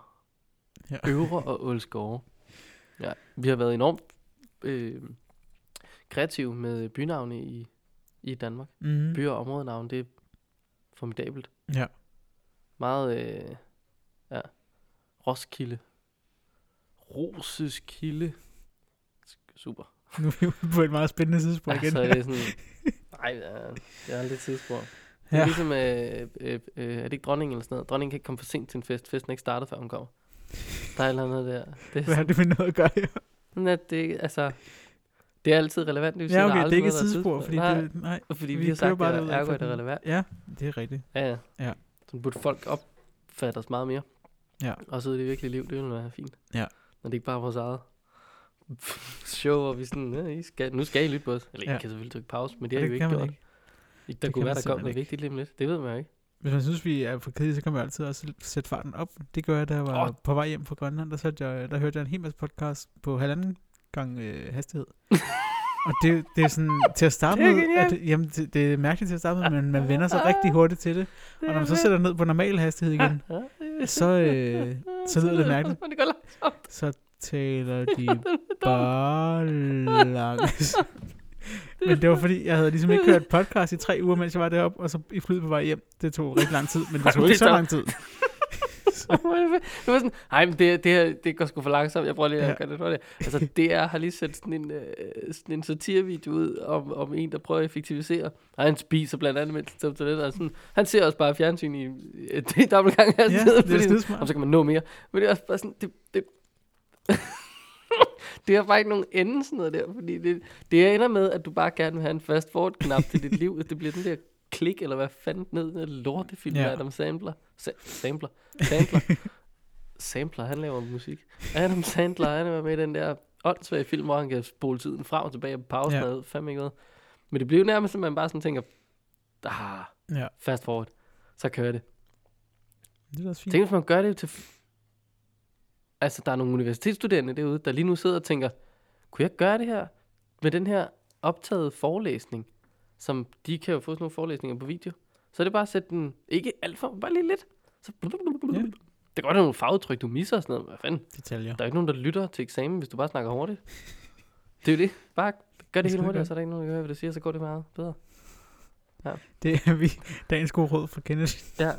B: Ja.
A: Ja. Øvre og Ålsgårde. Ja, vi har været enormt øh, kreative med bynavne i, i Danmark.
B: Mm.
A: Byer og områdenavne, det er formidabelt.
B: Ja.
A: Meget, øh, ja, Roskilde. Roseskilde. Sk- Super.
B: (laughs) Nu er vi ude på et meget spændende tidspunkt igen.
A: Altså, det er sådan, nej, ja, jeg er lidt tidsspor. Det er
B: Ja.
A: ligesom, øh, øh, øh, er det ikke dronningen eller sådan noget? Dronningen kan ikke komme for sent til en fest. Festen er ikke startet, før hun kommer. Der er et eller andet der. Det er
B: Hvad har det med noget at gøre? Ja,
A: sådan, at det, altså, det er altid relevant. Det vil sige,
B: ja
A: der
B: okay, det er ikke
A: aldrig
B: et
A: noget, der
B: sidespor, fordi
A: nej,
B: det, nej,
A: fordi vi,
B: vi
A: vi har
B: kører
A: sagt,
B: bare
A: at
B: derudad,
A: ergo er det
B: fordi-
A: relevant.
B: ja, det er rigtigt.
A: Ja, ja.
B: Ja.
A: Så burde folk opfatte os meget mere.
B: Ja.
A: Og så i det virkelige liv, det ville være fint.
B: Ja.
A: Når det ikke bare er vores eget (laughs) show, hvor vi sådan, ja, I skal, nu skal I lytte på os. Eller ja. I
B: Ja.
A: kan selvfølgelig trykke pause, men det
B: Og
A: har I jo ikke
B: kan man
A: gjort.
B: ikke.
A: Ikke. Der
B: Det
A: kunne
B: kan
A: være,
B: man
A: der kom
B: simpelthen
A: noget
B: ikke.
A: vigtigt lige om lidt. Det ved man jo ikke.
B: Hvis man synes, vi er for kedelige, så kan man altid også sætte farten op. Det gør jeg, da jeg var
A: Åh.
B: oh. på vej hjem fra Grønland. Der, satte jeg, der hørte jeg en hel masse podcast på halvanden gang øh, hastighed. (laughs) Og det, det er sådan, til at starte
A: Det er
B: med, at,
A: genialt.
B: jamen, det, det er mærkeligt til at starte med, men man vender sig rigtig hurtigt
A: (laughs)
B: til det. Og når man så sætter ned på normal hastighed igen, så, øh, så lyder det
A: (laughs)
B: mærkeligt.
A: Men det går langsomt.
B: så taler
A: (laughs)
B: de bare langs. Men det var fordi, jeg havde ligesom ikke
A: (laughs)
B: hørt podcast i tre uger, mens jeg var deroppe, og så i flyet på vej hjem. Det tog rigtig lang tid,
A: (laughs)
B: men det tog
A: Det
B: ikke så
A: tager-
B: lang tid.
A: (laughs) det var sådan, nej, men det, det, her, det går sgu for langsomt, jeg prøver lige at
B: Ja.
A: ja. gøre det hurtigt. Altså, DR har lige sendt sådan en, øh, sådan en satirevideo ud om, om en, der prøver at effektivisere. Og han spiser blandt andet, mens han tager på toilettet, og sådan, han ser også bare fjernsyn i øh, (laughs) det er dobbelt gang af
B: Ja,
A: tiden,
B: det er
A: fordi-
B: skidesmart.
A: Om så kan man nå mere. Men det er også bare sådan, det, det, (laughs) det har bare ikke nogen ende sådan noget der, fordi det, det ender med, at du bare gerne vil have en fast forward knap til dit liv, at det bliver den der klik, eller hvad fanden ned, den der lortefilm
B: Ja.
A: ja. Adam Sandler. Sa- Sandler. Sandler. Sampler, han laver musik. Adam Sandler, han er med i den der åndssvage film, hvor han kan spole tiden frem og tilbage på pausen,
B: Ja.
A: ja. og fandme ikke noget. Men det bliver jo nærmest, at man bare sådan tænker, ah,
B: Ja,
A: fast forward, så kører det.
B: det er også fint.
A: Tænk, hvis man gør det til... Altså, der er nogle universitetsstuderende derude, der lige nu sidder og tænker, kunne jeg gøre det her med den her optaget forelæsning, som de kan jo få sådan nogle forelæsninger på video. Så er det bare at sætte den, ikke alt for, bare lige lidt. Så
B: Ja.
A: Det kan godt være nogle farvetryk, du misser og sådan noget. men Hvad fanden?
B: Detaljer.
A: Der er ikke nogen, der lytter til eksamen, hvis du bare snakker hurtigt. Det er jo det. Bare gør det
B: skal
A: helt
B: vi
A: hurtigt,
B: gøre.
A: og så er der ikke nogen, der hører, hvad du siger, så går det meget bedre.
B: Det er vi, dagens gode råd fra Kenneth.
A: Ja.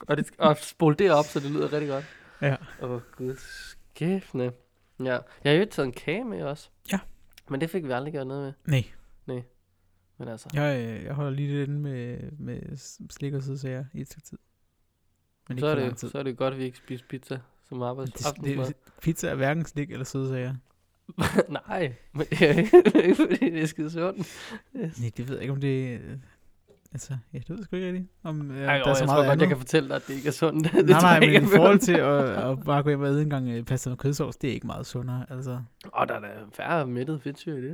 A: Og, det, og spole det op, så det lyder rigtig godt.
B: Ja.
A: Åh, oh, gud, skæfne. Ja. Jeg har jo taget en kage med også.
B: Ja.
A: Men det fik vi aldrig gjort noget med.
B: Nej,
A: Men altså,
B: jeg, øh, jeg holder lige det inde med, med s- slik og sødsager i et stykke tid. Men
A: så,
B: ikke
A: er
B: for lang
A: det,
B: tid.
A: så er det godt, at vi ikke spiser pizza som arbejds
B: Det, det, pizza er hverken slik eller sødsager.
A: (laughs) Nej, men det er ikke, fordi det er skide sundt.
B: Nej, det ved jeg ikke, om det... øh, Altså, ja, det ved jeg sgu ikke rigtigt, om øh,
A: Ja,
B: der
A: Ej, jo,
B: er så
A: jeg
B: meget
A: tror godt,
B: andet.
A: jeg kan fortælle dig, at det ikke er sundt. (laughs) Det
B: Nej,
A: tror
B: nej,
A: jeg ikke,
B: men
A: jeg
B: i
A: vil.
B: forhold til at, at bare gå hjem og æde en gang øh, pasta med kødsovs, det er ikke meget sundere. Altså,
A: Og der er da færre mættede fedtsyre i det.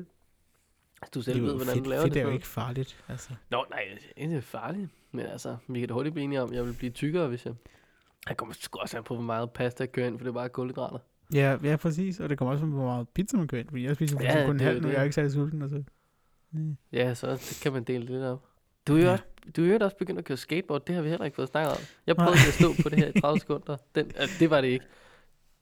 A: Altså, Du selv
B: jo
A: ved, hvordan
B: fedt,
A: du laver
B: fedt
A: det.
B: er jo
A: sådan
B: ikke farligt. Altså.
A: Nå, nej, det er farligt. Men altså, vi kan da hurtigt blive enige om, at jeg vil blive tykkere, hvis jeg... Jeg kommer sgu også an på, hvor meget pasta jeg kører ind, for det er bare kulhydrater.
B: Ja, ja, præcis. Og det kommer også med, hvor meget pizza man kører ind. Fordi jeg spiser jo for
A: Ja,
B: eksempel kun en
A: det er jo
B: halv nu,
A: det.
B: jeg er ikke særlig sulten. Altså. Mm.
A: Ja, så det kan man dele lidt op. Du er jo
B: Ja.
A: også, du er jo også begyndt at køre skateboard, det har vi heller ikke fået snakket om. Jeg
B: Nej.
A: prøvede at stå på det her i 30 sekunder. Den, altså, det var det ikke.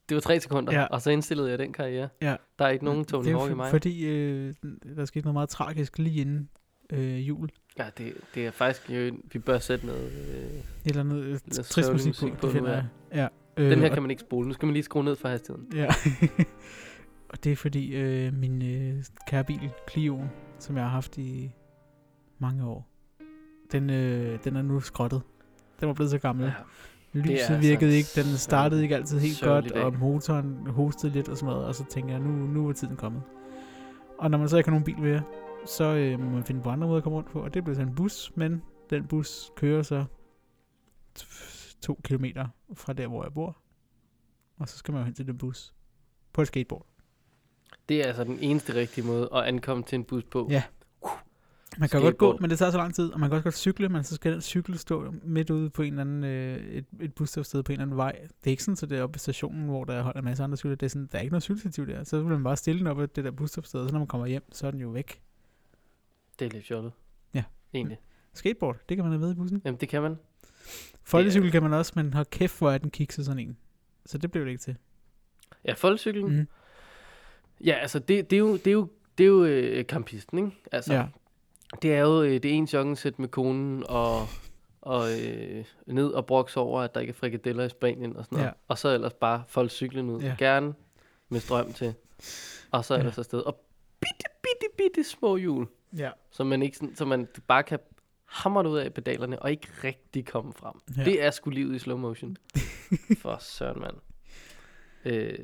A: Det var 3 sekunder,
B: Ja.
A: ja. og så indstillede jeg den karriere.
B: Ja.
A: Der er ikke nogen
B: det
A: Tony
B: er jo
A: Hawk i mig.
B: fordi, øh, der skete noget meget tragisk lige inden øh, jul.
A: Ja, det, det er faktisk jo, vi bør sætte noget. Øh,
B: Et eller andet øh,
A: os
B: trist
A: sørgelig
B: musik
A: musik
B: på,
A: på
B: det finder
A: nu,
B: jeg. Ja. Øh,
A: den her
B: og-
A: kan man ikke spole. Nu skal man lige skrue ned for hastigheden.
B: Ja. (laughs) og det er fordi øh, min øh, kære bil, Clio'en, som jeg har haft i mange år, den, øh, den er nu skrottet. Den var blevet så gammel. Ja. Lyset
A: altså
B: virkede
A: en
B: ikke, den startede ikke altid helt
A: sørgelig
B: godt,
A: dag.
B: og motoren hostede lidt og sådan noget, og så tænker jeg, nu, nu er tiden kommet. Og når man så ikke har nogen bil mere, så øh, må man finde på andre måder at komme rundt på, og det blev så en bus, men den bus kører så t- to kilometer fra der, hvor jeg bor. Og så skal man jo hen til den bus på et skateboard.
A: Det er altså den eneste rigtige måde at ankomme til en bus på.
B: Ja. Man kan godt gå,
A: Skateboard.
B: men det tager så lang tid, og man kan også godt cykle, men så skal den cykel stå midt ude på en eller anden, øh, et, et busstofsted på en eller anden vej. Det er ikke sådan, så det er oppe ved stationen, hvor der holder en masse andre cykler. Det er sådan, der er ikke noget cykelstativ der. Så vil man bare stille den op ved det der busstofsted, og så når man kommer hjem, så er den jo væk.
A: Det er lidt fjollet.
B: Ja.
A: Egentlig.
B: Skateboard, det kan man have med i bussen.
A: Jamen, det kan man.
B: Folkecykel kan man også, men har kæft, hvor er den kikset sådan en. Så det blev det ikke til.
A: Ja, foldcyklen. Mm.
B: Mm.
A: Ja, altså, det, det er jo, det er jo, det er jo øh, kampisten, ikke? Altså, ja.
B: Ja,
A: det er jo øh, det ene joggensæt med konen og, og øh, ned og broks over, at der ikke er frikadeller i Spanien og sådan noget.
B: Ja.
A: Ja. Og så ellers bare folde cyklen ud.
B: Ja.
A: Ja. Gerne med strøm til. Og så
B: Ja.
A: ellers afsted. Og bitte, bitte, bitte små hjul,
B: ja.
A: som man, ikke, sådan- som man bare kan hammerne ud af pedalerne og ikke rigtig komme frem.
B: Ja.
A: Ja. Det er sgu livet i slow
B: (laughs)
A: motion. For søren, mand. Øh,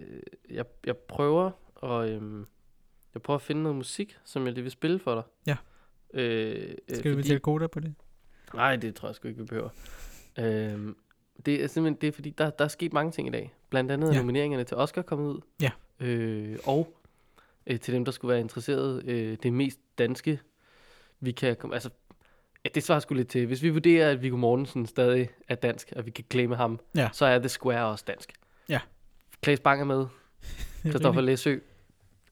A: jeg, jeg prøver og øhm, jeg prøver at finde noget musik, som jeg lige vil spille for dig.
B: Ja.
A: Øh, øh,
B: Skal vi
A: fordi-
B: betale koda på det?
A: Nej, det tror jeg sgu ikke, vi behøver. Øhm, det er simpelthen det er, fordi, der, der er sket mange ting i dag. Blandt andet ja.
B: Ja.
A: nomineringerne til Oscar kommet ud.
B: Ja.
A: Øh, og øh, til dem, der skulle være interesseret, øh, det mest danske, vi kan komme... Altså, ja, det svarer sgu lidt til. Hvis vi vurderer, at Viggo Mortensen stadig er dansk, og vi kan glemme ham,
B: Ja.
A: så er The Square også dansk.
B: Ja.
A: Klaas Bang er med. Christoffer
B: Rimeligt.
A: Læsø.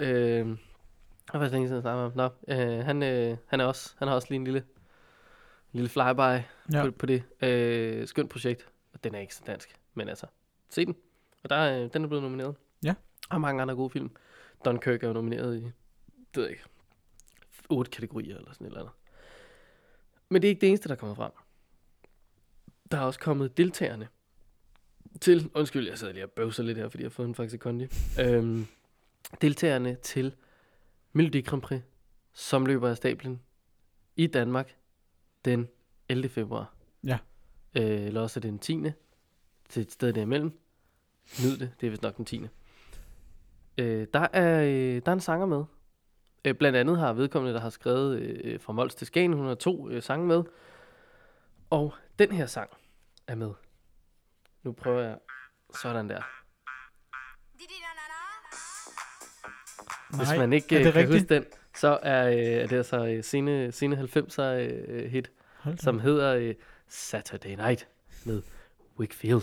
A: Øh, jeg var længe siden jeg snakkede med ham. Nå, øh, han, øh, han, er også, han har også lige en lille, lille flyby ja.
B: Ja.
A: på, på det. Øh, skønt projekt. Og den er ikke så dansk, men altså, se den. Og der, er, øh, den er blevet nomineret.
B: Ja.
A: Og mange andre gode film. Dunkirk er jo nomineret i, det ved jeg ikke, otte kategorier eller sådan et eller andet. Men det er ikke det eneste, der kommer frem. Der er også kommet deltagerne til, undskyld, jeg sidder lige og bøvser lidt her, fordi jeg har fået en faktisk kondi. Øhm, deltagerne til Melodi Grand Prix, som løber af stablen i Danmark den 11. februar.
B: Ja.
A: Øh, eller også er det den 10. til et sted derimellem. Nyd det, det er vist nok den 10. Øh, der, er, øh, der er en sanger med. Øh, blandt andet har vedkommende, der har skrevet øh, Fra Mols til Skagen, hun har to øh, sange med. Og den her sang er med. Nu prøver jeg sådan der. Hvis man ikke
B: er
A: øh,
B: det
A: kan
B: rigtigt?
A: huske den, så er, øh, er det altså øh, sene, sene 90'er øh, hit,
B: Hold da.
A: som hedder øh, Saturday Night med Wakefield.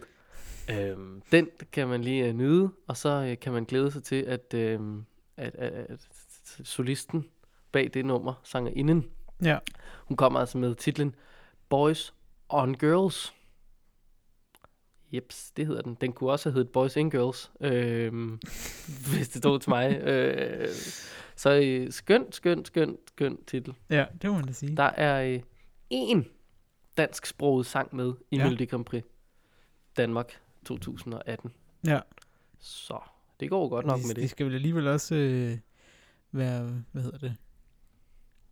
A: Øhm, den kan man lige øh, nyde, og så øh, kan man glæde sig til, at, øh, at, at, at solisten bag det nummer, sangerinden,
B: Ja.
A: hun kommer altså med titlen Boys on Girls. Jeps, det hedder den. Den kunne også have heddet Boys and Girls, øh, hvis det stod til mig. Øh, så øh, skønt, skønt, skønt, skønt titel.
B: ja, det må man da sige.
A: Mm. Der er øh, en dansksproget sang med i ja.
B: Ja.
A: Melodi Grand Prix Danmark 2018.
B: Ja.
A: Så det går godt nok
B: de,
A: med
B: De
A: det.
B: skal vel alligevel også øh, være, hvad hedder det,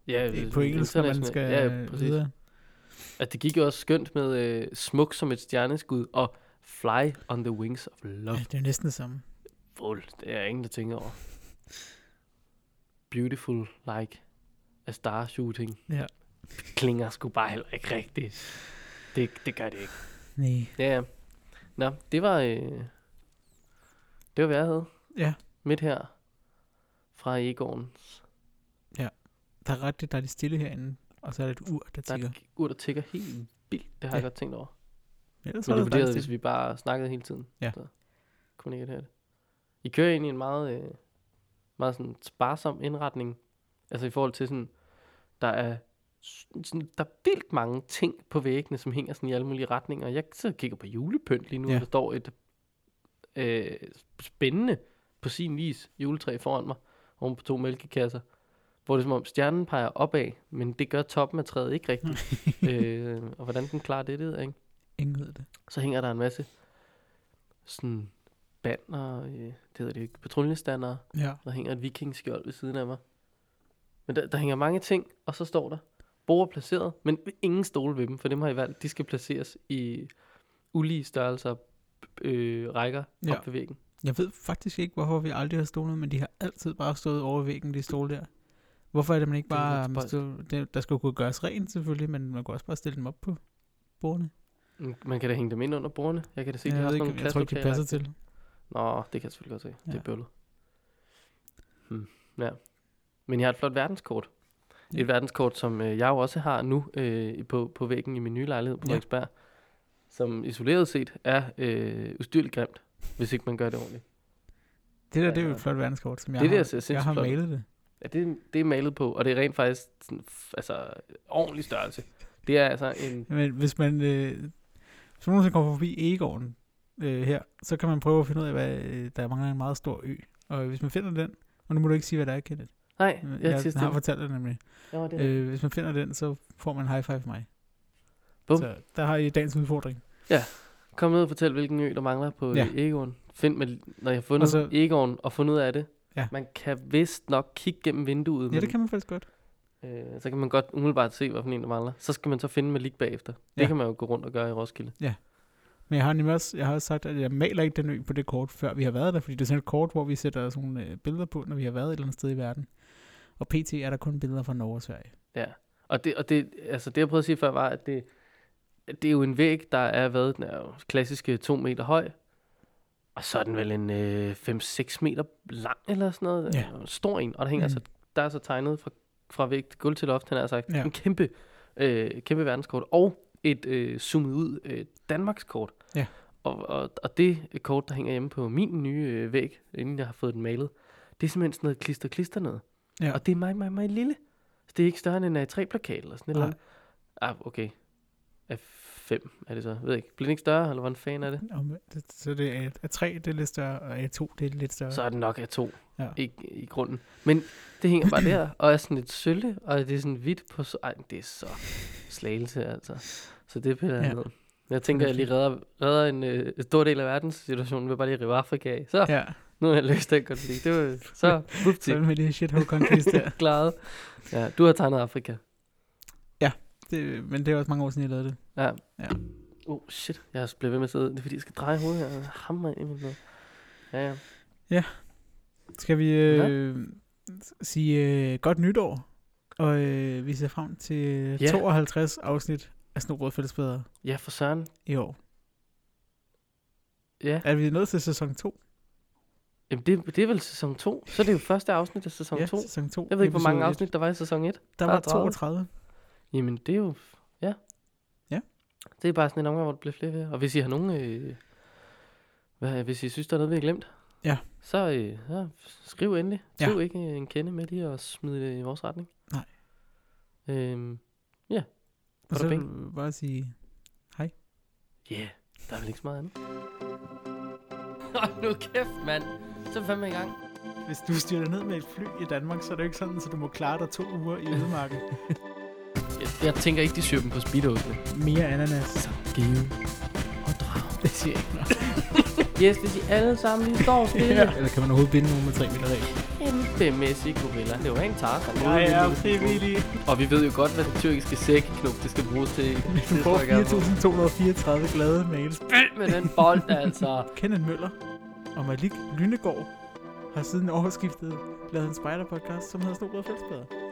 A: Ja,
B: øh, på engelsk, når man skal
A: ja,
B: øh,
A: præcis.
B: videre.
A: At det gik jo også skønt med øh, Smuk som et stjerneskud og Fly on the Wings of Love.
B: Ja, det er jo næsten det samme.
A: Vold, det er ingen, der tænker over. Beautiful like a star shooting.
B: Ja.
A: Klinger sgu bare heller ikke rigtigt. Det, det gør det ikke.
B: Nej.
A: Ja, ja. Nå, det var, øh, det var, hvad jeg havde.
B: Ja.
A: Midt her fra Egården.
B: Der er ret, der er lidt stille herinde, og så er der et ur, der
A: Der er
B: tigger.
A: et ur, der tigger helt vildt. Det har ja. jeg
B: Ja.
A: godt tænkt over.
B: Ellers (laughs)
A: Så
B: er
A: det
B: der
A: vurderede,
B: faktisk
A: hvis
B: stille.
A: vi bare snakkede hele tiden.
B: Ja.
A: Så kunne I ikke høre det. I kører ind i en meget, øh, meget sådan sparsom indretning. Altså i forhold til sådan, der er s- sådan, der er vildt mange ting på væggene, som hænger sådan i alle mulige retninger. Jeg sidder og kigger på julepynt lige nu,
B: Ja.
A: ja. og der står et øh, spændende, på sin vis, juletræ foran mig, oven på to mælkekasser, hvor det er som om stjernen peger opad, men det gør toppen af træet ikke rigtigt.
B: (laughs)
A: øh, og hvordan den klarer det, det ved jeg ikke.
B: Ingen ved det.
A: Så hænger der en masse sådan banner, øh, det hedder det ikke, patruljestandere.
B: Ja.
A: Der hænger et vikingskjold ved siden af mig. Men der, der hænger mange ting, og så står der, bord er placeret, men ingen stole ved dem, for dem har I valgt. De skal placeres i ulige størrelser, øh, rækker ja.
B: Ja.
A: op ved væggen.
B: Jeg ved faktisk ikke, hvorfor vi aldrig har stole, men de har altid bare stået over væggen, de stole der. Hvorfor er det, man ikke
A: Det er
B: bare...
A: lidt spøjst.
B: stå, det, der skulle kunne gøres rent selvfølgelig, men man kunne også bare stille dem op på bordene.
A: Mm, Man kan da hænge dem ind under bordene. Jeg kan da se, de har
B: jeg, ved
A: sådan
B: ikke,
A: nogle
B: jeg tror ikke, de passer
A: klasselokaler.
B: til.
A: Nå, det kan jeg selvfølgelig godt se. Ja. Det
B: Ja.
A: er bøvlet. Hmm. Ja. Men jeg har et flot verdenskort.
B: Ja.
A: Et verdenskort, som øh, jeg jo også har nu øh, på, på væggen i min nye lejlighed på
B: Ja.
A: Frederiksberg. Som isoleret set er øh, ustyrligt grimt, hvis ikke man gør det ordentligt.
B: Det der,
A: Ja,
B: det er jo
A: ja.
B: et flot verdenskort, som jeg
A: Det er det,
B: har,
A: jeg ser
B: jeg
A: sindssygt
B: har
A: flot.
B: malet det.
A: Ja, det, det er malet på, og det er rent faktisk sådan, f- altså, ordentlig størrelse. Det er altså en...
B: Men hvis man... Øh, hvis man nogensinde kommer forbi Egården øh, her, så kan man prøve at finde ud af, hvad, øh, der mangler en meget stor ø. Og hvis man finder den, og nu må du ikke sige, hvad der er, Kenneth.
A: Nej,
B: Jeg,
A: jeg,
B: jeg
A: er til
B: har
A: stille.
B: fortalt dig nemlig.
A: Nå, det er rigtigt.
B: Øh, hvis man finder den, så får man en high five fra mig.
A: Bum.
B: Så der har I dagens udfordring.
A: Kom ned og fortæl, hvilken ø, der mangler på
B: Ja.
A: ja. Egon. Find med, når jeg har fundet
B: Og
A: så,
B: så-
A: Egon og fundet ud af det.
B: Ja.
A: Man kan vist nok kigge gennem vinduet.
B: Ja, det kan man faktisk godt.
A: Øh, så kan man godt umiddelbart se, hvilken en der mangler. Så skal man så finde med lig bagefter. Det
B: Ja.
A: kan man jo gå rundt og gøre i Roskilde.
B: Men jeg har nemlig også, jeg har også sagt, at jeg maler ikke den ø på det kort, før vi har været der, fordi det er sådan et kort, hvor vi sætter sådan nogle øh, billeder på, når vi har været et eller andet sted i verden. Og pt. er der kun billeder fra Norge og Sverige.
A: Og det, og det, altså det jeg prøvede at sige før var, at det, at det er jo en væg, der er været den er jo klassiske 2 meter høj, og så er den vel en øh, 5-6 meter lang eller sådan noget.
B: Ja.
A: Øh, Stor en, og der hænger
B: Mm.
A: mm. altså, der er så tegnet fra, fra væg til gulv til loft, han har sagt,
B: Ja.
A: ja. en kæmpe, øh, kæmpe verdenskort, og et øh, zoomet ud øh, Danmarkskort.
B: Ja.
A: Og, og, og det kort, der hænger hjemme på min nye øh, væg, inden jeg har fået den malet, det er simpelthen sådan noget klister-klister noget. (laughs)
B: Ja.
A: Og det er meget, meget, meget lille. Så det er ikke større end en A3-plakat eller sådan et eller
B: Nej.
A: andet. Ah, okay. A5 er det så. Jeg ved ikke. Bliver den ikke større, eller hvordan fanden er det?
B: Om, det, så det er A3, det er lidt større, og A2, det er lidt større.
A: Så
B: Så.
A: er den nok A2
B: Ja.
A: ja. i, i grunden. Men det hænger bare der, og er sådan lidt sølle, og det er sådan hvidt på... s- Ej, det er så slagelse, altså. Så det piller jeg
B: Ja.
A: ja. ned. Men Jeg tænker, at jeg lige redder, redder en øh, stor del af verdenssituationen ved bare lige at rive Afrika af. Så, ja. (laughs)
B: Ja,
A: nu har jeg løst den konflikt. Det var så,
B: (laughs) så er
A: bupti,
B: det med de her shithole countries der. (laughs)
A: (laughs) klaret. Ja, du har tegnet Afrika.
B: Det, men det er også mange år siden, jeg lavede det.
A: Ja.
B: Ja.
A: Oh shit, jeg er blevet ved med at sidde. Det er fordi, jeg skal dreje hovedet her. og Hammer ind i min noget. Ja, ja.
B: Skal vi øh, sige øh, godt nytår? Og øh, vi ser frem til
A: Ja.
B: 52 afsnit af Snobrød Fællesbedre
A: Ja, for søren.
B: i år.
A: Ja,
B: Er vi nået til sæson 2?
A: Jamen, det, det er vel sæson 2. Så er det jo første afsnit af sæson
B: ja,
A: 2.
B: sæson 2.
A: Jeg ved ikke, hvor mange
B: episode
A: afsnit der var i sæson 1.
B: et. Der
A: Der
B: var
A: er 30.
B: 32.
A: Jamen, det er jo... Ja.
B: Ja.
A: Det er bare sådan en omgang, hvor det bliver flere ved. Og hvis I har nogen... Øh, hvad, hvis I synes, der er noget, vi har glemt,
B: Ja.
A: så, øh, så skriv endelig.
B: Ja.
A: Skriv ikke øh, en kende med lige og smid det i vores retning.
B: Nej.
A: Øhm,
B: Og
A: Var
B: så
A: der
B: vil jeg bare sige,
A: Ja, yeah, der er vel ikke så meget andet. (laughs) Hold nu kæft, mand. Så er vi fandme i gang.
B: hvis du styrer ned med et fly i Danmark, så er det jo ikke sådan, at du må klare dig to uger i
A: (laughs)
B: ødemarken.
A: Jeg, jeg tænker ikke, de syr dem på speedosene.
B: Mere ananas.
A: Give og (laughs) drag.
B: Det siger jeg ikke noget.
A: Yes, hvis I alle sammen lige står stille. (laughs)
B: Ja.
A: ja.
C: Eller kan man overhovedet binde nogen med 3 meter regel?
A: Kæmpemæssig gorilla. Det var en tasker.
B: Jeg er frivillig.
A: Og vi ved jo godt, hvad den tyrkiske sækknop, det skal bruges til.
B: Du får
A: trykker jeg på.
B: 4.234 glade mails.
A: Spil med den bold, altså.
B: Kenneth Møller og Malik Lynegård har siden årsskiftet lavet en spider-podcast, som hedder Snobrød Fællesbader.